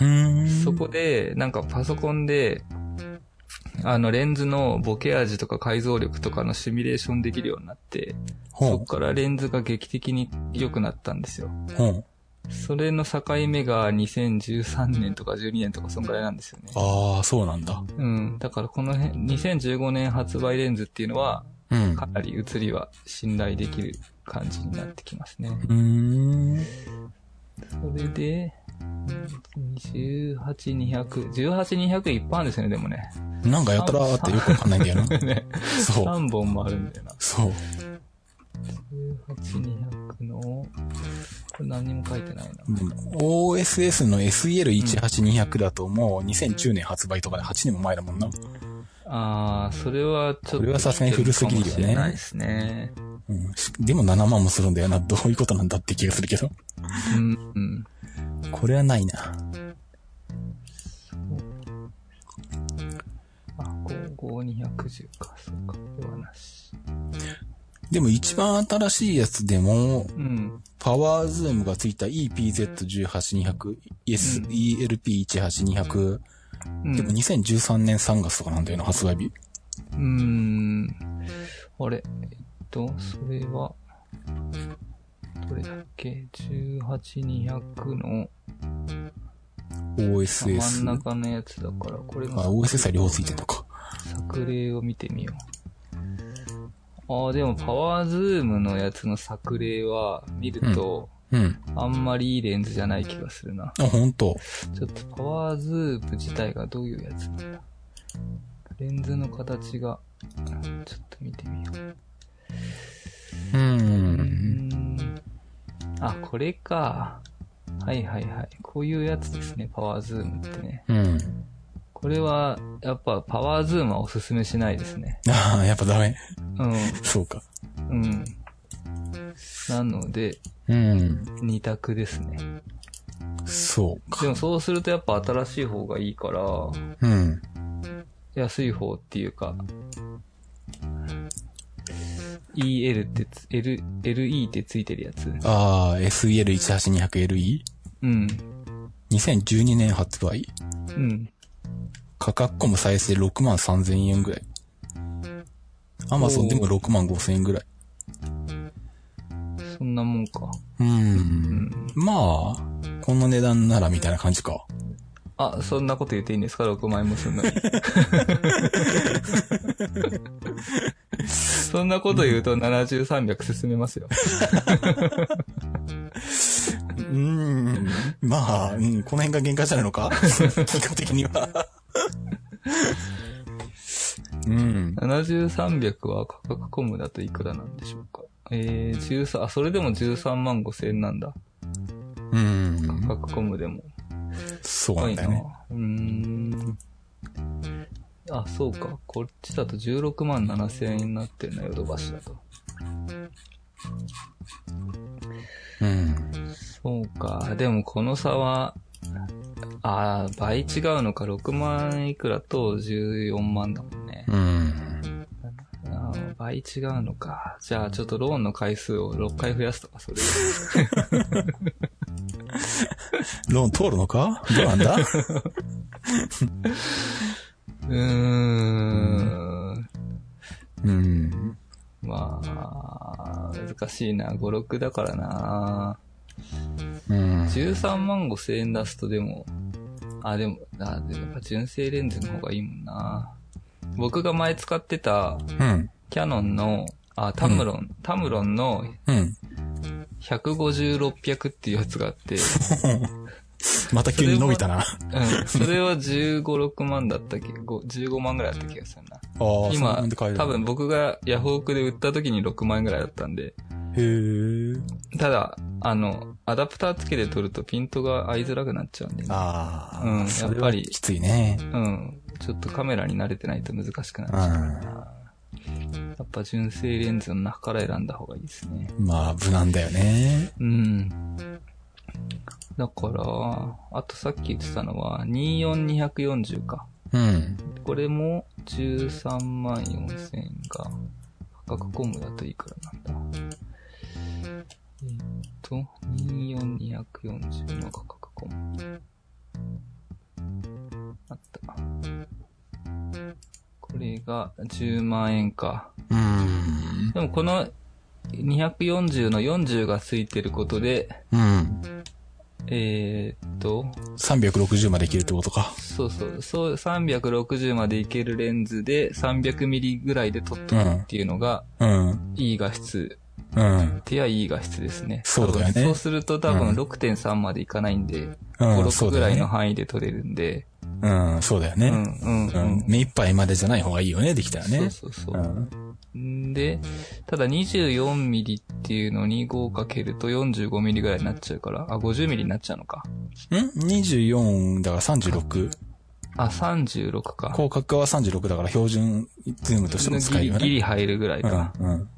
うん。そこで、なんかパソコンで、あの、レンズのボケ味とか解像力とかのシミュレーションできるようになって、ほそうこからレンズが劇的に良くなったんですよ。ほう。それの境目が2013年とか12年とかそんぐらいなんですよね。ああ、そうなんだ。うん。だからこの辺、2015年発売レンズっていうのは、うん。かうなり写りは信頼できる感じになってきますね。ーん。それで、18、200。18、200一般ですよね、でもね。なんかやたらあってよくわかんないんだよな。ね。そう。 3本もあるんだよな。そう。 18200の、これ何にも書いてないな。でも OSS の SEL18200 だともう2010年発売とかで8年も前だもんな。あー、それはちょっと。これはさすがに古すぎるよねかもしれないですね。うん。しでも7万もするんだよな。どういうことなんだって気がするけど。うん、うん。これはないな。あ、55210か、そうか、これはなし。でも一番新しいやつでも、うん。パワーズームがついた EPZ18200、うん SELP18200、うんでも2013年3月とかなんだよな、発売日。うーん。あれ、えっと、それは、どれだっけ ?18200 の OSS。真ん中のやつだから、これがあ、OSS は両方ついてんのか。作例を見てみよう。ああ、でもパワーズームのやつの作例は見ると、うん。あんまりいいレンズじゃない気がするな。あ、ほんと。ちょっとパワーズーム自体がどういうやつなんだレンズの形が、ちょっと見てみよう。ううーん。んあ、これか。はいはいはい。こういうやつですね、パワーズームってね。うん。 これは、やっぱパワーズームはおすすめしないですね。ああ、やっぱダメ。うそうか。ん、うん。なので、うん。二択ですね。そうか。でもそうするとやっぱ新しい方がいいから、うん。安い方っていうか、EL ってつ、L、LE ってついてるやつ。ああ、SEL18200LE。うん。 2012年発売。うん。価格コム再生6万3000円ぐらい。アマゾンでも6万5000円ぐらい。そんなもんか。う。うんん。まあ、こんな値段ならみたいな感じか。あ、そんなこと言っていいんですか ?6 万円もすんの に。そんなこと言うと7300進めますよ。うん。まあ、うん、この辺が限界じゃないのか 基本的には。うん。 7300は価格コムだといくらなんでしょうかえー、13、あ、それでも13万5千円なんだ。うん。価格コムでも。そうな高いんだな。よね。うーん。あ、そうか。こっちだと16万7千円になってるな、ヨドバシだと。うん。そうか。でもこの差は、ああ、倍違うのか。6万いくらと14万だもんね。うん。あー倍違うのか。じゃあちょっとローンの回数を6回増やすとか、それ。ローン通るのかどうなんだうーん。うん。まあ、難しいな。5、6だからな。うん。 13万5千円出すとでも、あ、でも、あでもやっぱ純正レンズの方がいいもんな。僕が前使ってたうん。キャノンの、あ、タムロン、タムロンのうん。 150-600っていうやつがあって、また急に伸びたな。あうん、それは15、6万だったっけご ?15 万ぐらいだった気がするな。あー、そんな今もんで、買える多分僕がヤフオクで売った時に6万円ぐらいだったんで、へーただ、あの、アダプターつけて撮るとピントが合いづらくなっちゃうんで、ああ、うんそれはやっぱりきついね。うん、ちょっとカメラに慣れてないと難しくなっちうゃう。ん。やっぱ純正レンズの中から選んだ方がいいですね。まあ、無難だよね。うん。だから、あとさっき言ってたのは、24240か。うん。これも13万4000円が、価格コムだといくらなんだえっと、24240の価格コム。あった。これが10万円か。うん。でもこの240の40がついてることで、うん。えーっと、 360までいけるってことか。そうそう、そう、360までいけるレンズで300ミリぐらいで撮っとくっていうのが、うん。いい画質、うん。手はいい画質ですね。そうだよね多分そうすると多う分ん6.3までいかないんで、うん。 5、そ6うぐだらいのよね。範囲で撮れるんで、うん、そうだようね。ん、うん、ううんん。。目いっぱいまでじゃない方がいいよね、できたらね。そうそううそう。ん。んで、ただ24ミリっていうのに5をかけると45ミリぐらいになっちゃうから、あ、50ミリになっちゃうのか。ん ?24 だから36。あ、36か。広角は36だから標準ズームとしても使えるギリよギね。リ入るぐらいか。うん。うん。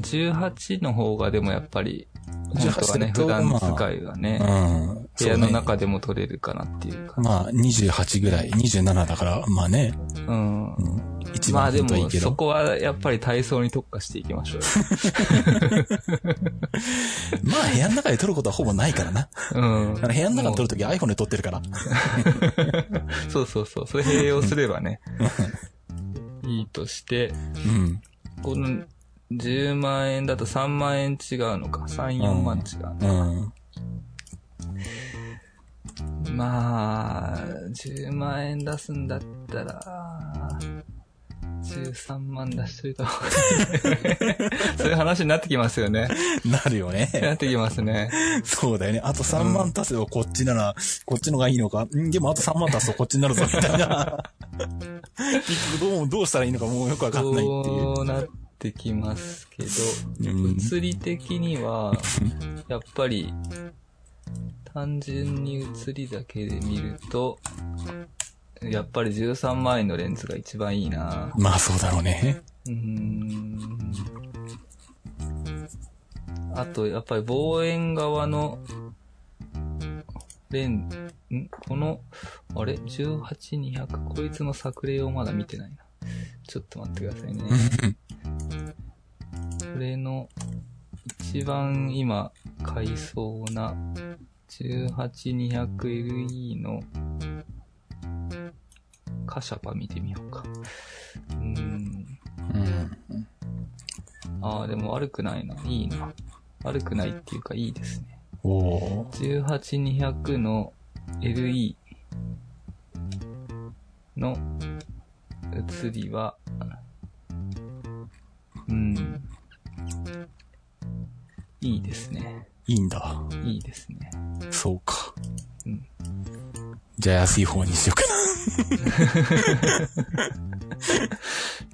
18の方がでもやっぱり、本当18はね、だ普と段使いはね、うん。部屋のそうね中でも撮れるかなっていうか。まあ、28ぐらい、27だから、まあね、うん。うん、一ま番あで本当はいいも、けど。そこはやっぱり体操に特化していきましょうよ。まあ部屋の中で撮ることはほぼないからな。 うん。あの部屋の中で撮るとき iPhone で撮ってるから。そうそうそう。それ併用すれ ばね。いいとして、うん。この10万円だと3万円違うのか。3、4万違うのうん。まあ、10万円出すんだったら、13万出しといた方がいい。 そういう話になってきますよね。なるよね。なってきますね。そうだよね。あと3万足せばこっちなら、こっちのがいいのか。んでもあと3万足すとこっちになるぞ、みたいな。結局 どう、どうしたらいいのかもうよくわかんないっていう。そうなってきますけど、うん物理的には、やっぱり、単純に写りだけで見ると、やっぱり13万円のレンズが一番いいなまあそうだろうね。うーんあと、やっぱり望遠側の、レン、んこの、あれ ?18-200? こいつの作例をまだ見てないな。ちょっと待ってくださいね。これの、一番今、買いそうな、18200LE の、カシャパ見てみようか。うーん。うん。ああ、でも悪くないな。いいな。悪くないっていうかいいですね。おー18200の LE の写りは、うん。いいですね。いいんだ。いいですね。そうか。うんじゃあ安い方にしようかな。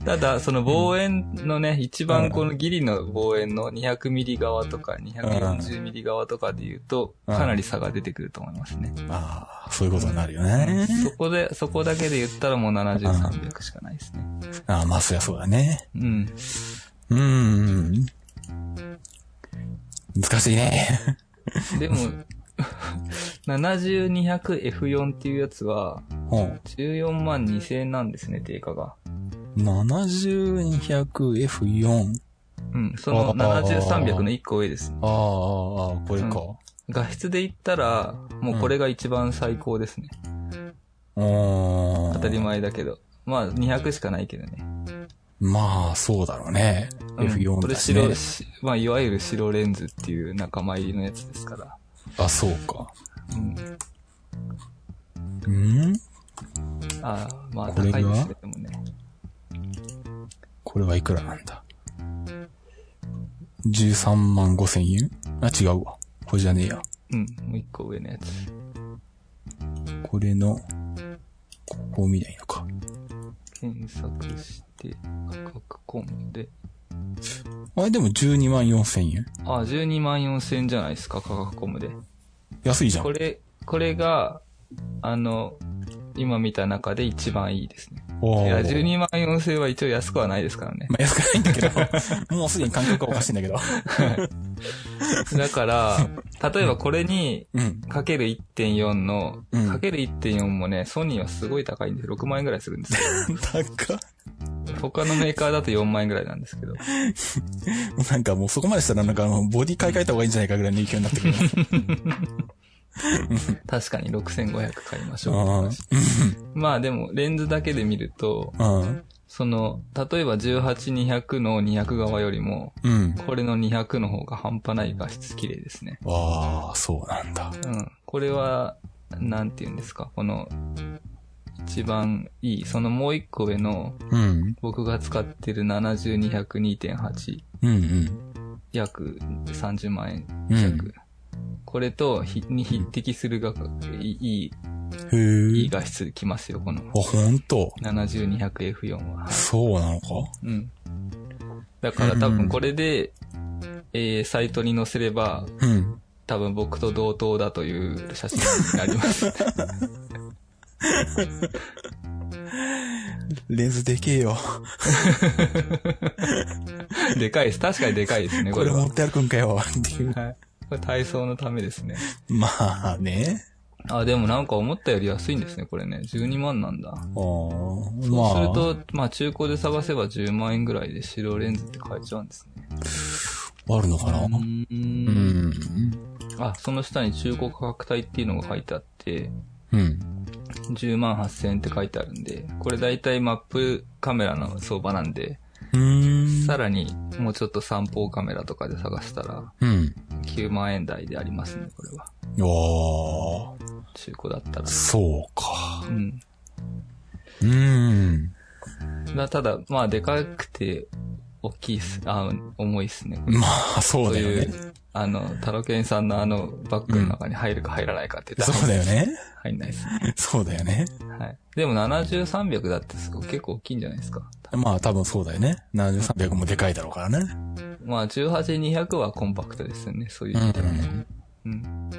ただ、その望遠のね、一番このギリの望遠の200ミリ側とか240ミリ側とかで言うと、うんかなり差が出てくると思いますね。ああ、そういうことになるよね。そこで、そこだけで言ったらもう70、300しかないですね。ああ、まあそりゃそうだね。うん。うん。難しい ね。でも、70、200F4 っていうやつは、うん。 14万2000円なんですね、定価が。 70-200F4。うん。その70、あー300の1個上です。ああ、ああ、これか。画質で言ったら、もうこれが一番最高ですね。うん。当たり前だけど。まあ、200しかないけどね。まあ、そうだろうね。うん F4 これだし白、ね。しまあ、いわゆる白レンズっていう仲間入りのやつですから。あ、そうか。うん。うんああ、まあ、これ高がいですけどもね。これはいくらなんだ ?13 万5千円あ、違うわ。これじゃねえや。うん。もう1個上のやつ。これの、ここを見ないのか。検索して、価格コンで。あれでも12万4千円あ、12万4000円じゃないですか、価格コムで。安いじゃんこ。れ、これが、あの、今見た中で一番いいですね。おーいや、12万4000円は一応安くはないですか らね。まあ安くないんだけど、もう すでに感覚がおかしいんだけど。だから、例えばこれに、うん。かける1.4の、うんかける1.4もね、ソニーはすごい高いんで、6万円ぐらいするんです よ。高っ他のメーカーだと4万円ぐらいなんですけど。なんかもうそこまでしたらなんかあの、ボディ買い替えた方がいいんじゃないかぐらいの勢いになって くる。確かに6500買いましょうってあ話。まあでも、レンズだけで見ると、あ。うん。その、例えば18200の200側よりも、うん。これの200の方が半端ない画質綺麗ですね。ああ、そうなんだ。うん。これは、なんて言うんですか、この、一番いい、そのもう一個上の、うん。僕が使ってる70202.8、うん約30万円うん。う弱ん。。これとひ、に匹敵するが、いい、いへいえ。画質きますよ、このあ、。ほんと。 70200F4 は。そうなのかうん。だから多分これで、えー、サイトに載せれば、うん。多分僕と同等だという写真になります。 レンズでけえよ。でかいです。確かにでかいですね、ここれれは。持って歩くんかよ。っていう。はい。これ体操のためですね。まあね。あ、でもなんか思ったより安いんですね、これね。12万なんだ。あーそまあ。うすると、まあ中古で探せば10万円ぐらいで視動レンズって買えちゃうんですね。あるのかなう。うんん。あ、その下に中古価格帯っていうのが書いてあって、うん。 10万8000円って書いてあるんで、これ大体マップカメラの相場なんで、うん。さらにもうちょっと散歩カメラとかで探したらうん。 9万円台でありますね、これは。あ中古だったらあ、。そうか。うん。うん。だただ、まあでかくて大きいっす。あ、重いっすね。これまあ、そうだよそうね。いう、あの、タロケンさんのあの、バッグの中に入るか入らないかって言ったら、そうだよね。入んないですね。そうだよね。はい。でも70、300だってすごい結構大きいんじゃないですか。まあ、多分そうだよね。7300もでかいだろうからね。まあ、18、200はコンパクトですよね、そういうう意味ではね。ん。うん。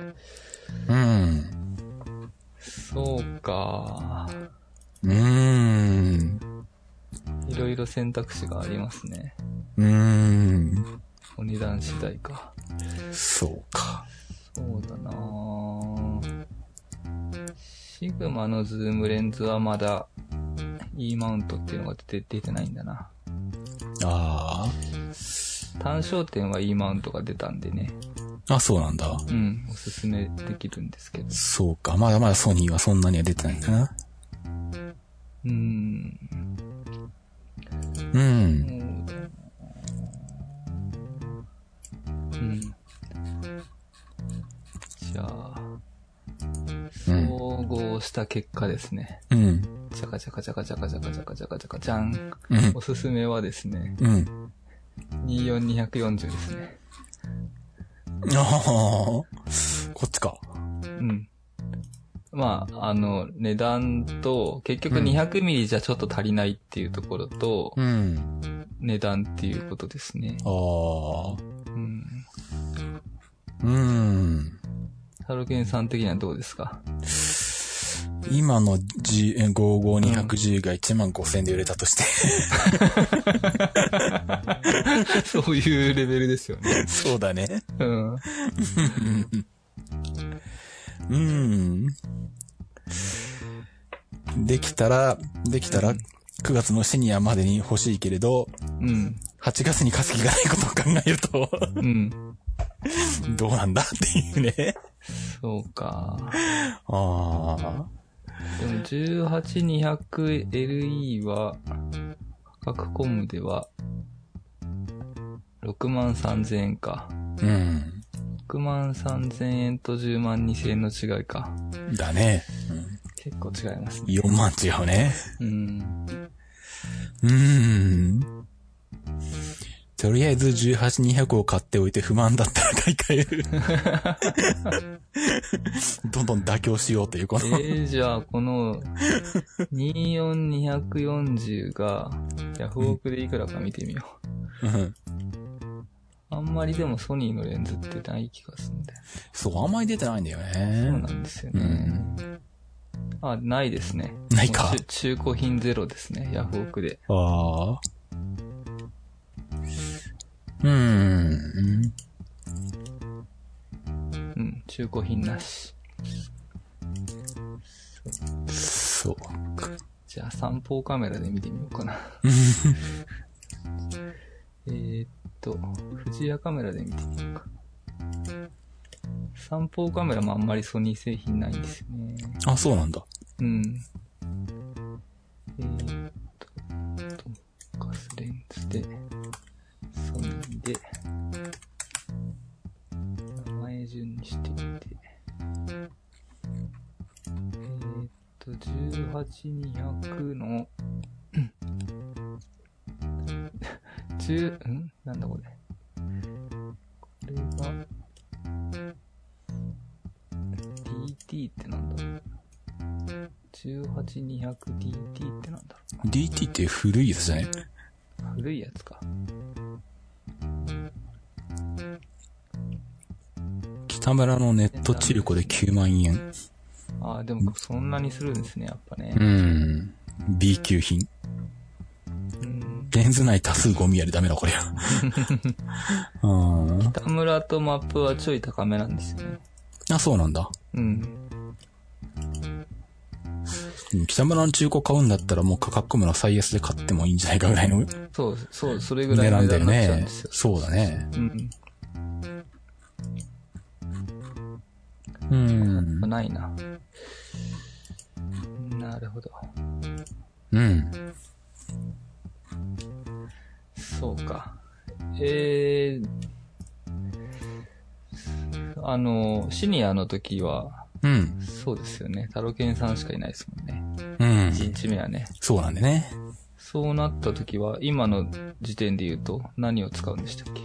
うん。そうか。うん。いろいろ選択肢がありますね。うん。お値段次第か。そうか。そうだなぁシグマのズームレンズはまだ E マウントっていうのが出て出てないんだな。あ単焦点は E マウントが出たんでね。あ。あ、そうなんだ。うん、おすすめできるんですけど。そうか。まだまだソニーはそんなには出てないんだな。うーん。うん。うん。じゃあ、うん総合した結果ですね。うん。じゃかじゃかじゃかじゃかじゃかじゃかじゃかじゃかじゃん。うんお。すすめはですね、うん。 24240ですね。ああ。こっちか。うん。まあ、あの、値段と、結局うん200ミリじゃちょっと足りないっていうところと、うん。値段っていうことですね。ああ。うん。うん。ハロケンさん的にはどうですか今の G、55200G が1万5000で売れたとして。そういうレベルですよね。そうだね。うん。うん。できたら、できたら、9月のシニアまでに欲しいけれど、うん。 8月に稼ぎがないことを考えると、うん。どうなんだっていうね。そうか。ああ。でも 18200LE は、価格コムでは、6万3000円か。うん。 6万3000円と10万2000円の違いか。だね。結構違いますね。 4万違うね。うん。うん。とりあえず18200を買っておいて不満だったら買い替える。どんどん妥協しようという、こえの。ー、じゃあ、この、24240が、ヤフオクでいくらか見てみよう。うんあんまりでもソニーのレンズってない気がするんだよ。そう、あんまり出てないんだよそうね。なんですよね。あ、ないですね。ないかもう中中古品ゼロですね、ヤフオクで。ああ。うん。うん、中古品なし。そう。じゃあ散歩カメラで見てみようか な。えーっと、富士屋カメラで見てみようか。散歩カメラもあんまりソニー製品ないんですよね。あ、そうなんだ。うん。えーっと、ガスレンズで、ソニーで、名前順にしていって、えーっと、18200の、10、んなんだこれ。これが、DT ってなんだろう 18200DT ってなんだろ DT って古いやつじゃないう古いやつか。北村のネット中古で9万円。ああ、でもそんなにするんですね、やっぱねう。ん。B 級品。うん。レンズ内多数ゴミやりダメだ、これ は。うん。北村とマップはちょい高めなんですよね。あ、そうなんだ。ううん。ん貴様らの中古買うんだったらもう価格込むのは最安で買ってもいいんじゃないかぐらいのそう、そう、それぐら値いの段だよ値段になっちゃうんねですよ。。そうだね。ううん。ん。ないな。なるほど。うん。そうか。えー、あの、シニアの時は、うん。そうですよね。タロケンさんしかいないですもんね。うん。 1日目はね。そうなんでね。そうなった時は、今の時点で言うと何を使うんでしたっけ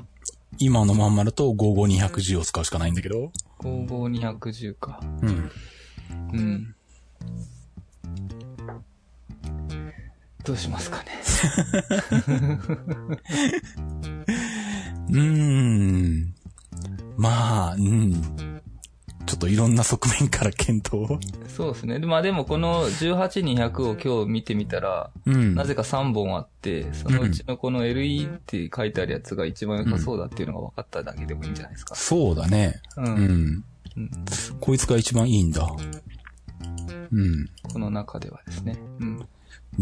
今のまんまだと55210を使うしかないんだけど。 ?55210 か。うん。うん。どうしますかね。うーん。まあ、うん。ちょっといろんな側面から検討を。そうですね。まあでもこの18200を今日見てみたら、うん。なぜか3本あって、そのうちのこの LE って書いてあるやつが一番良さそうだっていうのが分かっただけでもいいんじゃないですか。そうだね。う。うんん。うんこいつが一番いいんだ。うん。この中ではですね。うん。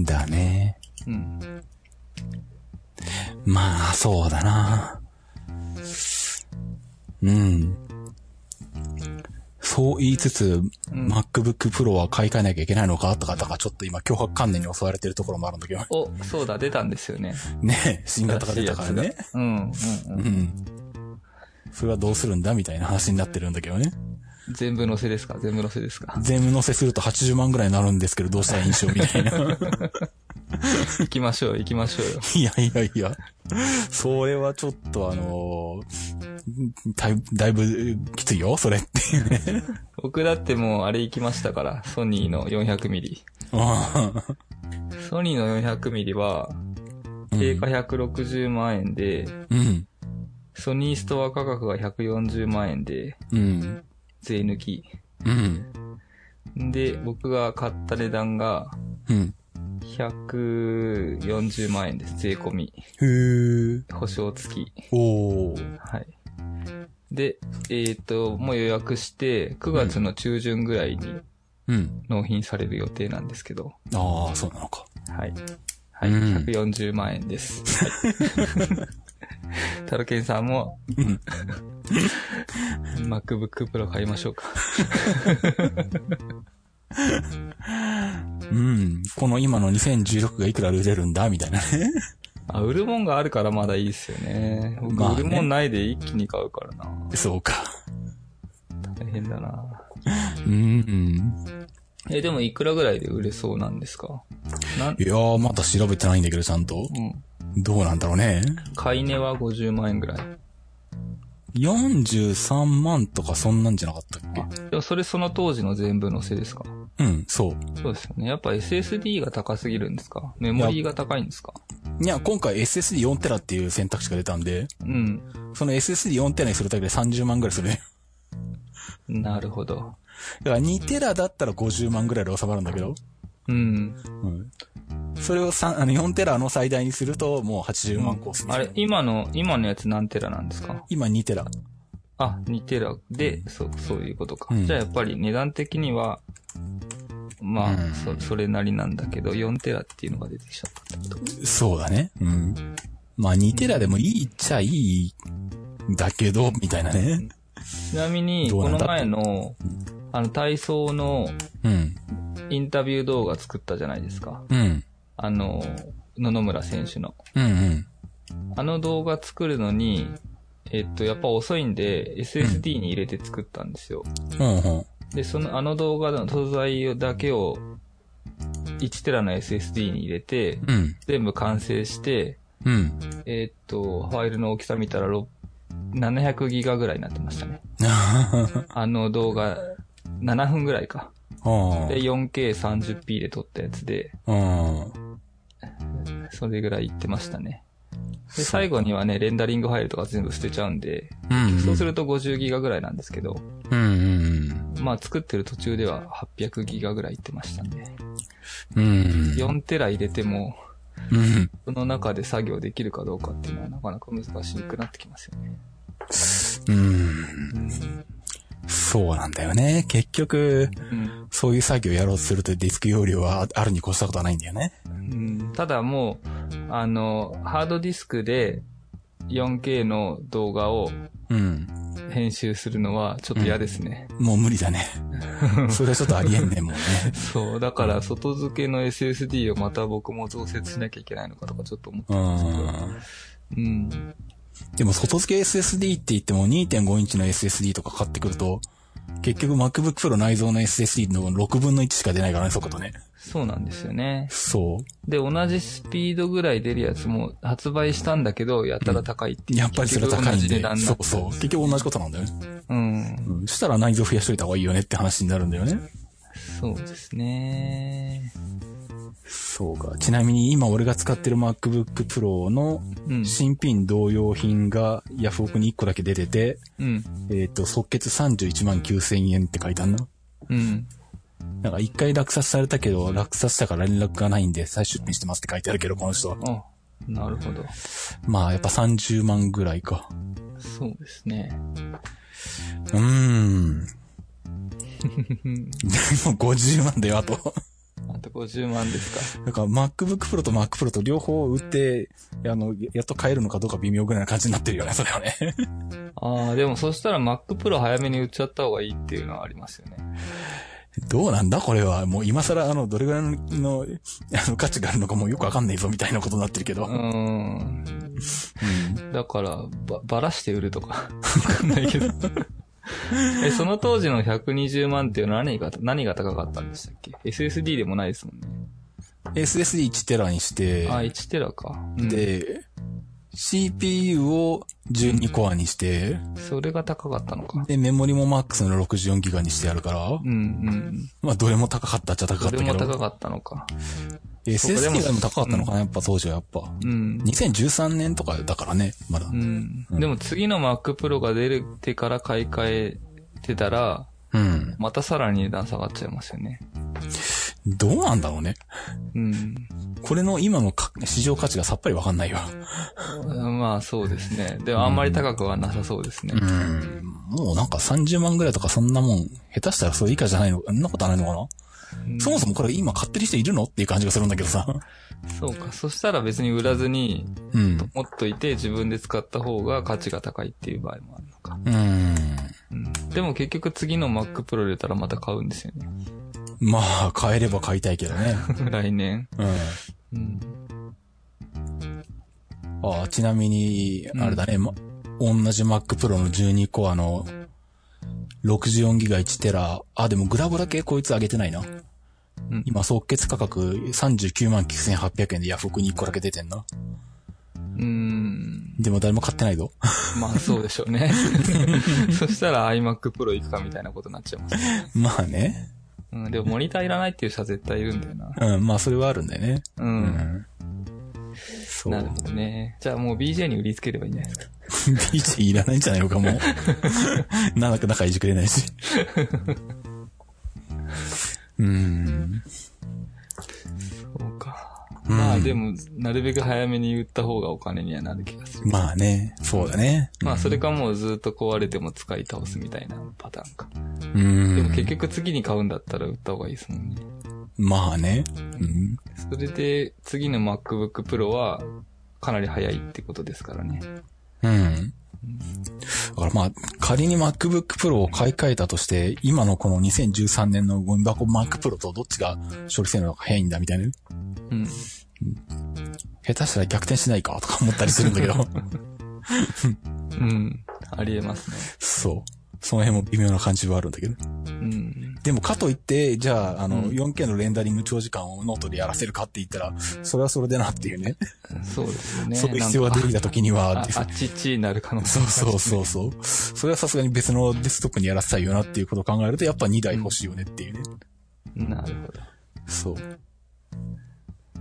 だね。うん。まあ、そうだな。うん。そう言いつつ、うん MacBook Pro は買い替えなきゃいけないのかとか、とか、ちょっと今、脅迫観念に襲われてるところもあるんだけど。 お、そうだ、出たんですよね。ね新型が出たからね。うん、うん、う。うんん。それはどうするんだみたいな話になってるんだけどね。全部載せですか全部載せですか全部乗せすると80万ぐらいになるんですけど、どうしたらいいんでしょうみたいな。行きましょう、行きましょうよ。いやいやいや。それはちょっとあのーだいだいぶきついよ、それって。僕だってもうあれ行きましたから、ソニーの 400mm。うソニーの 400mm は、定価160万円で、ん。ソニーストア価格が140万円で、うん。税抜き。うん。で、僕が買った値段がうん。 140万円です。税込み。へー。保証付き。おー。はい。で、えっ、と、もう予約して、9月の中旬ぐらいにうん。納品される予定なんですけど、ああ、そうなのか。はい。はい、うん140万円です。はい。タロケンさんもうん、 MacBook Pro 買いましょうか。うん。この今の2016がいくらで売れるんだみたいな ね。あ、売るもんがあるからまだいいですよね。僕、まあね売るもんないで一気に買うからな。そうか。大変だな。うん。え、でもいくらぐらいで売れそうなんですかなんい、やー、まだ調べてないんだけど、ちゃんと。うん。どうなんだろうね。買い値は50万円ぐらい。 43万とかそんなんじゃなかったっでもそれその当時の全部のせいですかけうん、そう。そうですよね。やっぱ SSD が高すぎるんですかメモリーが高いんですかいや、今回 SSD4 テラっていう選択肢が出たんで、うん。その SSD4 テラにするだけで30万ぐらいするね。 なるほど。だから2テラだったら50万ぐらいで収まるんだけど、うん。うん。それを3あの4テラの最大にすると、もう80万コースにあれ、今の、今のやつ何テラなんですか今2テラ。あ、2テラで、そう、そういうことか。うんじゃあやっぱり値段的には、まあ、うんそ、それなりなんだけど、4テラっていうのが出てきちゃったってこと。そうだね。うん。まあ2テラでもいいっちゃいい、だけど、みたいなね。ちなみに、どうこなんのだ前の、あの、体操のうん。インタビュー動画作ったじゃないですか。うん。あの、野々村選手の。うんうん。あの動画作るのに、えっと、やっぱ遅いんで、SSD に入れて作ったんですよ。うんうん。で、その、あの動画の素材をだけを、1テラの SSD に入れて、うん。全部完成して、うん。えっと、ファイルの大きさ見たら、ろ700ギガぐらいになってましたね。あの動画、7分ぐらいか。で、4K30p で撮ったやつで、うん。うん。それぐらいいってましたね。で、最後にはね、レンダリングファイルとか全部捨てちゃうんで、うん。そうすると50ギガぐらいなんですけど、うんうんまあ作ってる途中では800ギガぐらいいってましたんで、うん。うん。 4テラ入れても、うん。その中で作業できるかどうかっていうのはなかなか難しくなってきますよね。うん。そうなんだよね。結局、うん。そういう作業やろうとするとディスク容量はあるに越したことはないんだよね。うん、ただもう、あの、ハードディスクで 4K の動画をうん。編集するのはちょっと嫌ですね。もう無理だ ね。それはちょっとありえんね、もうね。そう。だから、外付けの SSD をまた僕も増設しなきゃいけないのかとかちょっと思って。ううん。ん。でも外付け SSD って言っても2.5インチの SSD とか買ってくると、結局 MacBook Pro 内蔵の SSD の6分の1しか出ないからね、そことね。そうなんですよね。そで、同じスピードぐらい出るやつも発売したんだけど、やたら高いってう。いう。やっぱりそれは高いんで結局同。じ値段になそっうそう。結局同じことなんだよね。うん。うん。そしたら内蔵増やしといた方がいいよねって話になるんだよね。そうですね。そうか。ちなみに今俺が使ってる MacBook Pro のうん。新品同様品がヤフオクに1個だけ出てて、うん。えっ、と、即決31万9000円って書いてあるな。うん。なんか一回落札されたけど、落札したから連絡がないんで再出品してますって書いてあるけど、この人は。あ、なるほど。まあやっぱ30万ぐらいか。そうですね。うーん。 でも50万だよ、あと。 あと50万ですか。だから MacBook Pro と Mac Pro と両方売って、あの、やっと買えるのかどうか微妙ぐらいな感じになってるよね、それはね。 ああ、でもそしたら Mac Pro 早めに売っちゃった方がいいっていうのはありますよね。どうなんだこれは。もう今更、あの、どれぐらいの、あの、価値があるのかもうよくわかんないぞ、みたいなことになってるけど。うーうん。んだから、ば、ばらして売るとか。わかんないけど。 え、その当時の120万っていうのは何が、何が高かったんでしたっけ ?SSD でもないですもんね。 SSD1 テラにして、あ、1テラか。うん、で、CPU を12コアにして、それが高かったのか。で、メモリもマックスの64ギガにしてやるから、うんうん。まあ、どれも高かったっちゃ高かそったれけも高ど、かったのか。そうか SSD でがもも高かったのかな、やっぱ当時はやっぱ。うん。 2013年とかだからね、まだう。ん。うんでも次の Mac Pro が出てから買い替えてたら、うん。またさらに値段下がっちゃいますよね。どうなんだろうね。うん。これの今のか市場価値がさっぱりわかんないよ。まあそうですね。でもあんまり高くはなさそうですね。うん。もうなんか30万ぐらいとかそんなもん、下手したらそれ以下じゃないの、そんなことはないのかな、うんそもそもこれ今買ってる人いるのっていう感じがするんだけどさ。そうか。そしたら別に売らずにうん。持っといて自分で使った方が価値が高いっていう場合もあるのか。うん。うん。でも結局次の Mac Pro 出たらまた買うんですよね。 まあ、買えれば買いたいけどね。来年。うん。うん。ああ、ちなみに、うんあれだね、ま、同じ Mac Pro の12コアの 64GB1 テラ。あ、でもグラボだけこいつ上げてないな。うん今、即決価格39万9800円でヤフオクに1個だけ出てんな。うん。でも誰も買ってないぞ。 まあそうでしょう ね。そしたら iMac Pro 行くかみたいなことになっちゃいます。まあね。うん。でもモニターいらないっていう人は絶対いるんだよな。うん、まあそれはあるんだよね。う。うんん。そう。なるほどね。じゃあもう BJ に売りつければいいんじゃないですか。 BJ いらないんじゃないのか、 もう。なんか仲いじくれないし。うん。そうか。うんまあでも、なるべく早めに売った方がお金にはなる気がする。まあね、そうだね。まあそれかもうずっと壊れても使い倒すみたいなパターンか。うん。でも結局次に買うんだったら売った方がいいですもんね。まあね。うん。それで次の MacBook Pro はかなり早いってことですからね。うん。だからまあ、仮に MacBook Pro を買い替えたとして、今のこの2013年のゴミ箱 Mac Pro とどっちが処理性能が変いんだみたいな。うん。下手したら逆転しないかとか思ったりするんだけど。 うん。ありえますね。そう。その辺も微妙な感じはあるんだけど。うん。でもかといって、じゃあ、あの、うん 4K のレンダリング長時間をノートでやらせるかって言ったら、それはそれでなっていうね。そうですよね。そういう必要が出てきた時になんは、かああっちっちになる可能性そうそうそうそう。それはさすがに別のデスクトップにやらせたいよなっていうことを考えると、やっぱ2台欲しいよねっていうね。う。なるほど。そう。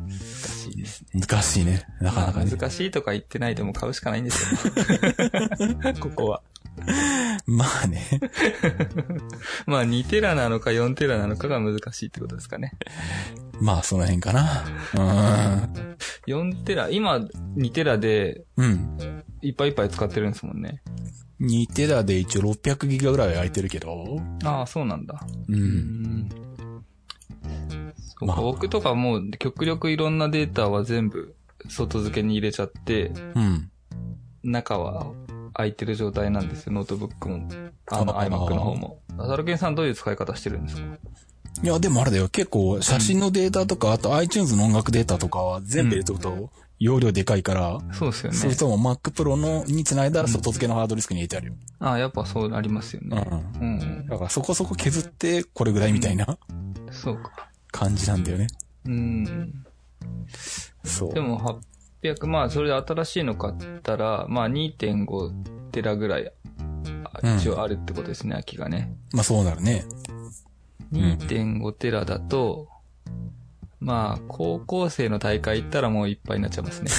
難しいですね。難しいね。なかなかまあね。難しいとか言ってないでも買うしかないんです よ。ここは。まあね。まあ2テラなのか4テラなのかが難しいってことですかね。まあ、その辺かな。 4テラ、今2テラでうん。うん。いっぱいいっぱい使ってるんですもんね。 2テラで一応600ギガぐらい空いてるけど。ああ、そうなんだ。う。うんん。そうまかあ僕とかもう極力いろんなデータは全部外付けに入れちゃって、うん。中は空いてる状態なんですよ、ノートブックも。あの、ああ iMac の方も。サルケンさんどういう使い方してるんですかいや、でもあれだよ。結構、写真のデータとか、あと iTunes の音楽データとかは全部入れとくと、容量でかいから、そうですよそれね。とも Mac Pro のに繋いだら外付けのハードディスクに入れてあるよ。ああ、やっぱそうなりますよん。ね。うん。だからそこそこ削って、これぐらいみたいなそうか。感じなんだよね。うん。そう。でも800、まあそれで新しいの買ったら、まあ2.5テラぐらい、あ一応あるってことですね、空きがね。まあそうなるね。 ん2.5テラだと、まあ、高校生の大会行ったらもういっぱいになっちゃ いますね。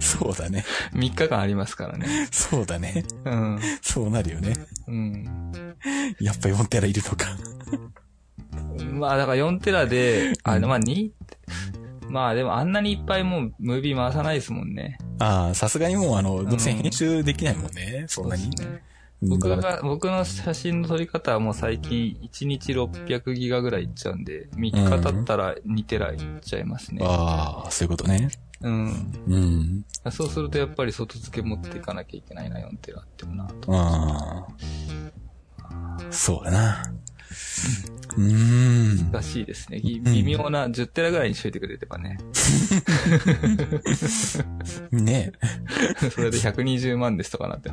そうだね。 3日間ありますからね。そうだね。うん。そうなるよね。うん。やっぱ4テラいるのか。まあ、だから4テラで、あの、まあ2、まあでもあんなにいっぱいもうムービー回さないですもんね。ああ、さすがにもうあの、どうせうん編集できないもんね。そんなに。そうですね。うん僕だからが、僕の写真の撮り方はもう最近1日600ギガぐらいいっちゃうんで、3日経ったら2テラいっちゃいますね。ああ、そういうことね。うん。うん。そうするとやっぱり外付け持っていかなきゃいけないな、4テラってもな。ああ。そうだな。うーん。らしいですね。ぎ微妙な10テラぐらいにしといてくれればね。 ねえ。それで120万ですとかなって。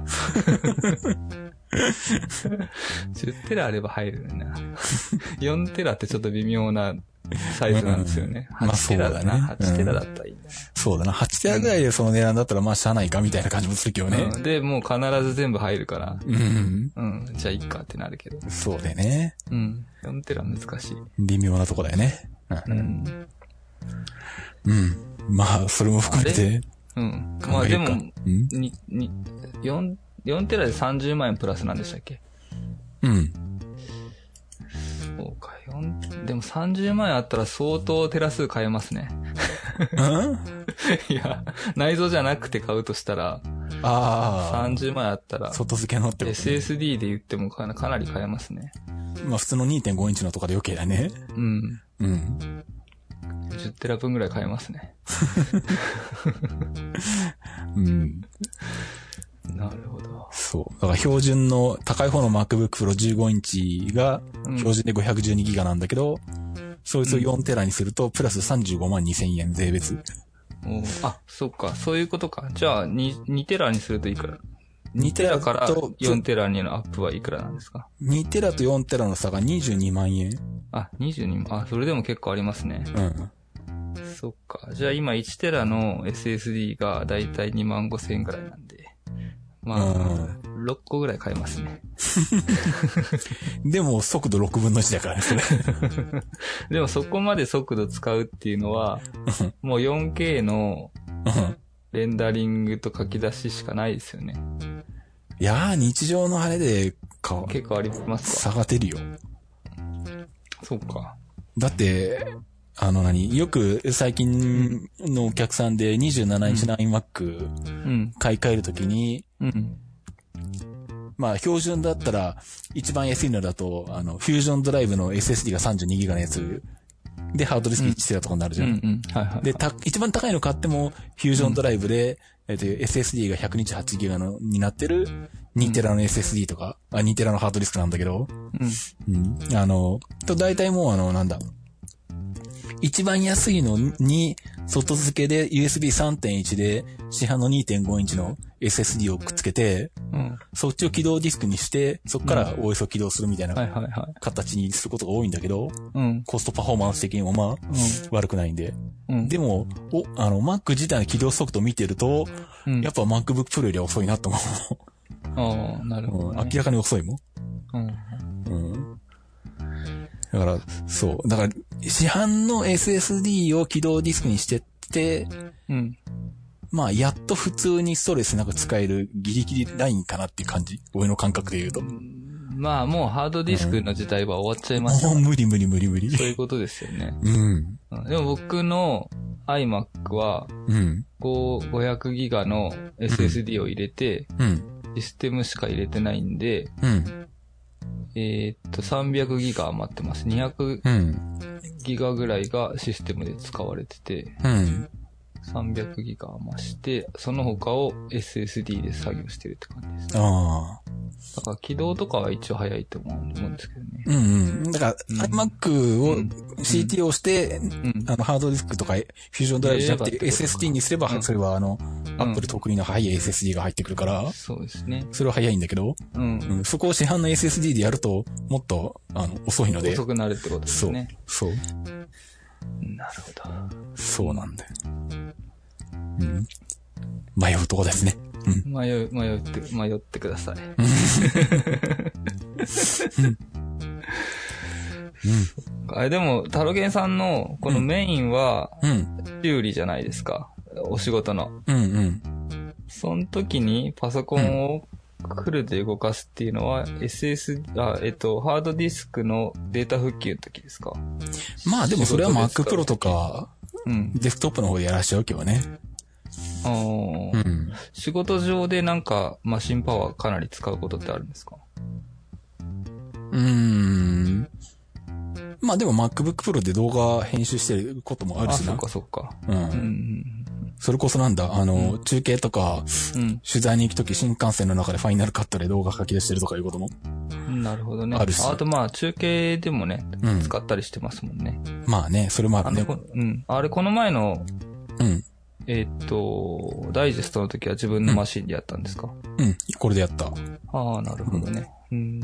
10テラあれば入るな。4テラってちょっと微妙なサイズなんですよね。うんまあ8テラだな。そうだねうん8テラだったらいいんだそうだな。8テラぐらいでその値段だったら、まあ、しゃあないかみたいな感じもするけどねう。んで、もう必ず全部入るから。うん。うん。じゃあいっかってなるけど。そうだよね。うん。4テラ難しい。微妙なとこだよね。ううん。ん。うん。まあ、それも含めてうん。ま考あえでるか。も、うん。に、に、4、4テラで30万円プラスなんでしたっけうん。そうか、4でも30万円あったら相当テラ数買えますね。うん いや、内蔵じゃなくて買うとしたら、あ30万円あったらあ。、外付けのってこと、ね、 SSD で言ってもかなかなり買えますね。まあ普通の2.5インチのとかで余計だね。うん。うん。 10テラ分ぐらい買えますね。うん。なるほど。そう。だから標準の高い方の MacBook Pro 15インチがうん標準で512ギガなんだけど、そいつを4テラにするとプラス35万2千円税別。おーあ、そっか、そういうことか。じゃあ2、2テラにするといくら2 ?2 テラからと4テラにのアップはいくらなんですか2テラと4テラの差が22万円。あ、22万。あ、それでも結構ありますね。うん。そっか。じゃあ今1テラの SSD がだいたい2万5千円ぐらいなんで。まあ、6個ぐらい買えますね。でも速度6分の1だからね、それ。でもそこまで速度使うっていうの は、もう 4K のうんレンダリングと書き出ししかないですよね。いやー、日常のあれで、か、結構ありますか差が出るよ。そっか。だって、あの何よく最近のお客さんで27インチの iMac うん。買い替えるときに、うん。まあ標準だったら一番安いのだと、あの、フュージョンドライブの SSD が 32GB のやつでハードディスク1テラとかになるじうゃんん。うん。はいはい。で、た、一番高いの買っても、フュージョンドライブで、えっと、SSD が 128GB のになってる2テラの SSD とか、あ、2テラのハードディスクなんだけど、うん。うん。あの、と、大体もうあの、なんだ。一番安いのに、外付けで USB3.1 で、市販の2.5インチの SSD をくっつけて、うん。そっちを起動ディスクにして、そっから OS を起動するみたいはないはいはい。形にすることが多いんだけど、うん。コストパフォーマンス的にもまあ、悪くないんで。うん。うん。でも、お、あの、Mac 自体の起動速度見てると、うんやっぱ MacBook Pro よりは遅いなと思ああ、なるう。ほうんど、ね明。らかに遅いもん。うん。うんだから、そう。だから、市販の SSD を起動ディスクにしてって、うん。まあ、やっと普通にストレスなく使えるギリギリラインかなっていう感じ。俺の感覚で言うと。もまあ、もうハードディスクの時代は終わっちゃいました。う無理無理無理無そう理。いうことですよね。うん。うんでも僕の iMac はうん。 5 500ギガの SSD を入れて、うん。システムしか入れてないんで、うん。えーっと、300ギガ余ってます。200うん。ギガぐらいがシステムで使われてて、うん。 300ギガ余して、その他を SSD で作業してるって感じです。ああ。だから起動とかは一応早いと思うんですけどね。うんうん。だから、うん iMac をうん CT をして、うん。あの、ハードディスクとか、フュージョンドライブじゃなく入てれればってことか SSD にすれば、うんそれはあの、ん Apple 得意な速い SSD が入ってくるから、そうですね。それは早いんだけど、うん。うん、そこを市販の SSD でやると、もっと、あの、遅いので遅、くなるってことですね。そう、なるほど。そうなんだよ。うん。迷うとこですね。迷う、迷って、迷ってください。あれでも、タロゲンさんの、このメインは、うん。うん。修理じゃないですか。お仕事の。うんうん。その時にパソコンをフルで動かすっていうのは、SS、あ、えっと、ハードディスクのデータ復旧の時ですか。まあでもそれは仕 Mac 事ですか Pro とか、うん。デスクトップの方でやらしちゃうけどね。あうーん。仕事上でなんか、マシンパワーかなり使うことってあるんですかうーん。まあでも MacBook Pro で動画編集してることもあるしそっな。かそっか。ううんん。うんそれこそなんだ、あの、中継とか、うん。取材に行くとき新幹線の中でファイナルカットで動画書き出してるとかいうことも。うん。なるほどね。あるしとまあ、中継でもね、うん使ったりしてますもんね。まあね、それもああるの、ね。こうん。あれ、この前の、うん。えーっと、ダイジェストの時は自分のマシンでやったんですか、うん。これでやった。ああ、なるほどね。うん。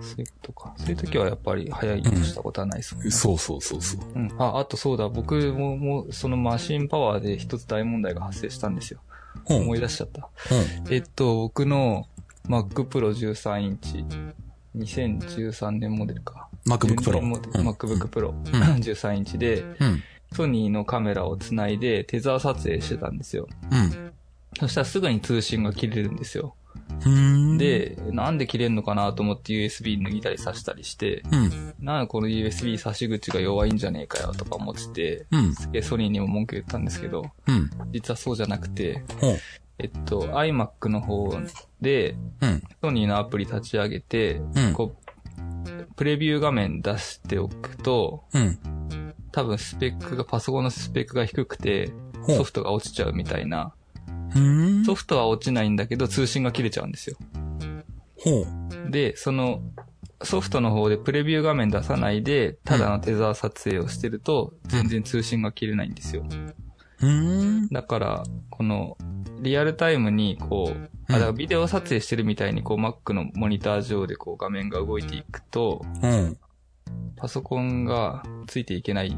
そういうことか。そういう時はやっぱり早いに越したことはないですもんね。そうそうそうそう。うん。あ、あとそうだ、僕も、もう、そのマシンパワーで一つ大問題が発生したんですよ。うん。う思んい出しちゃった。えっと、僕の Mac Pro 13インチ、2013年モデルか。 MacBook 12 Pro。年モデル MacBook Pro、ん13インチで、うん。ソニーのカメラをつないでテザー撮影してたんですよ。うん。そしたらすぐに通信が切れるんですよ。うん。、で、なんで切れるのかなと思って USB 脱ぎたり挿したりして、うん。なんでこの USB 挿し口が弱いんじゃねえかよとか思ってて、うん。でソニーにも文句言ったんですけど、うん。実はそうじゃなくて、ほう。えっと、iMac の方で、うん。ソニーのアプリ立ち上げて、うんこう、プレビュー画面出しておくと、うん。多分スペックが、パソコンのスペックが低くて、ほソう。フトが落ちちゃうみたいな。うん。ソフトは落ちないんだけど、通信が切れちゃうんですよ。ほう。で、その、ソフトの方でプレビュー画面出さないで、ただのテザー撮影をしてると、全然通信が切れないんですよ。うん。だから、この、リアルタイムに、こう、あ、だからビデオ撮影してるみたいに、こう、Mac のモニター上で、こう、画面が動いていくと、うん。パソコンがついていけない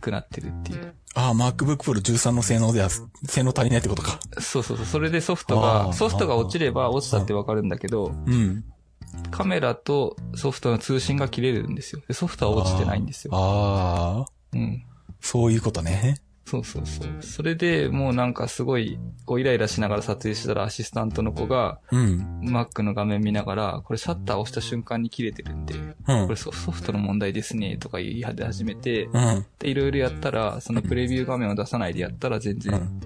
くなってるっていう。ああ、MacBook Pro 13の性能では、性能足りないってことか。そうそうそう。それでソフトあーが、ソフトが落ちれば落ちたってわかるんだけど、うん。カメラとソフトの通信が切れるんですよ。でソフトは落ちてないんですよ。ああ、うん。そういうことね。そうそうそう。それでもうなんかすごい、こうイライラしながら撮影してたらアシスタントの子が、うん。 Mac の画面見ながら、これシャッター押した瞬間に切れてるんで、うこれん。ソソフトの問題ですね、とか言い始めて、うん。で、いろいろやったら、そのプレビュー画面を出さないでやったら全う然ん。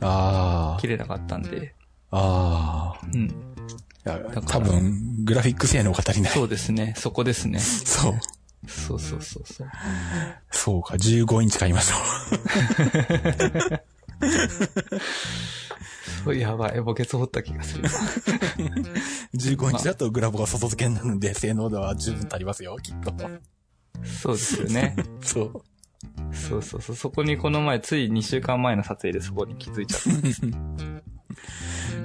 あ切れなかったんで、あ、ああうん。いやら。多分、グラフィック性能が足り ない。そうですね、そこですね。そう。そうそうそうそう。そうか、15インチ買いましょ そうやばい、ボケツ掘った気がする。う。15インチだとグラボが外付けになるんで、性能では十分足りますよ、きっと。そうですよね。そう。そうそうそう。そこにこの前、つい2週間前の撮影でそこに気づいちゃっ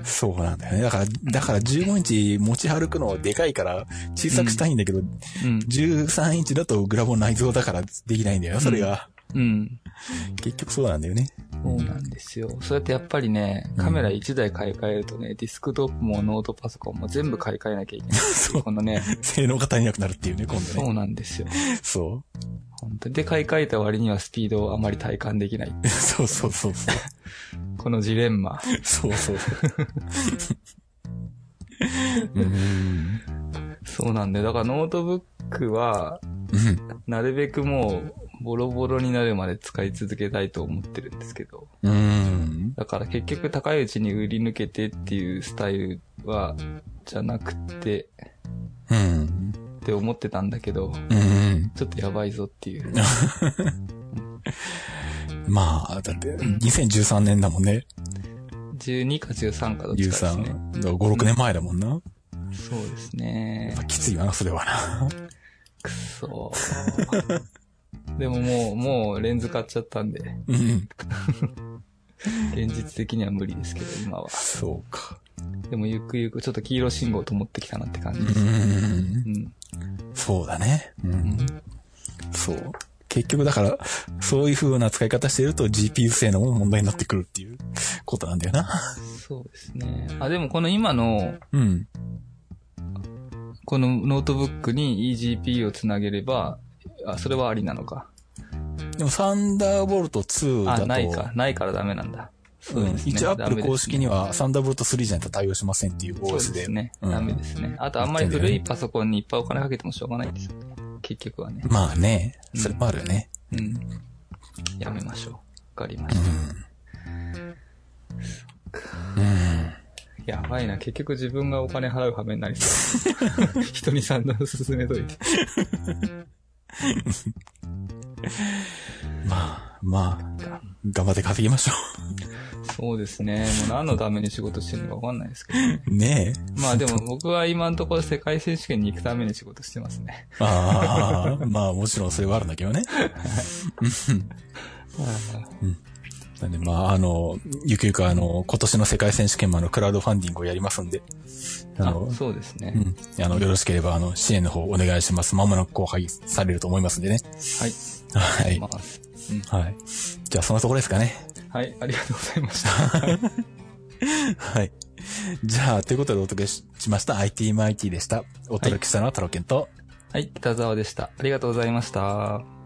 そうなんだよね。だから、だから15インチ持ち歩くのでかいから、小さくしたいんだけど、た。うん。 13インチだとグラボ内蔵だからできないんだよな、それが。うん。結局そうなんだよね。そうなんですよ。そうやってやっぱりね、カメラ1台買い替えるとね、ディスクトップもノートパソコンも全部買い替えなきゃいけない。そう。このね、性能が足りなくなるっていうね、今度そね。うなんですよ。そう。本当にで、買い替えた割にはスピードをあまり体感できない。そうそうそうそう。このジレンマ。そうそうそう。うん。そうなんだよ。だからノートブックは、うん。なるべくもう、ボロボロになるまで使い続けたいと思ってるんですけど。うん。だから結局高いうちに売り抜けてっていうスタイルは、じゃなくて、うん。って思ってたんだけど、うん。ちょっとやばいぞっていう。まあ、だって、2013年だもんね。 12か13かどっゆちうかさですん。ね。 5、6年前だもんな。そうですね。きついわな、それはな。くそーでももう、もうレンズ買っちゃったんで、うん。現実的には無理ですけど、今は。そうか。でもゆくゆく、ちょっと黄色信号と思ってきたなって感じうです。ん。うん。そうだね。うん。そう。結局だから、そういう風な使い方してると GPU 性能も問題になってくるっていうことなんだよな。そうですね。あ、でもこの今の、うん。このノートブックに eGPU をつなげれば、あ、それはありなのか。でも、サンダーボルト2だあ、と。ないか。ないからダメなんだ。そううんですね。一応、アップル公式にには、サンダーボルト3じゃないと対応しませんっていうそう OS で。ですね。うんダメですね。あとあんまり古いパソコンにいっぱいお金かけてもしょうがないんですよ。結局はね。まあね、うんそれもあるよね。うん。やめましょう。わかりまうした。ん。やばいな。結局自分がお金払う羽目になりそ う。人に散々勧めといて。うん。まあ、まあ、頑張って稼ぎましょそうですね。もう何のために仕事してるのかわかんないですけど。う。 ねえ。まあでも僕は今のところ世界選手権に行くために仕事してますね。ああ、まあもちろんそれはあるんだけどね。なんでまあ、あの、ゆくゆくあの、今年の世界選手権もあの、クラウドファンディングをやりますんで、ああの、そうですね。うん、あの、よろしければあの、支援の方お願いします。まもなく公開されると思いますんでね。ははい。い。まあはい。じゃあそのところですかね。はい、ありがとうございました。はい。 じゃあ、ということでお届けししました IT マイティでした。お届けしたのは太郎健と、はい、北沢でした。ありがとうございました。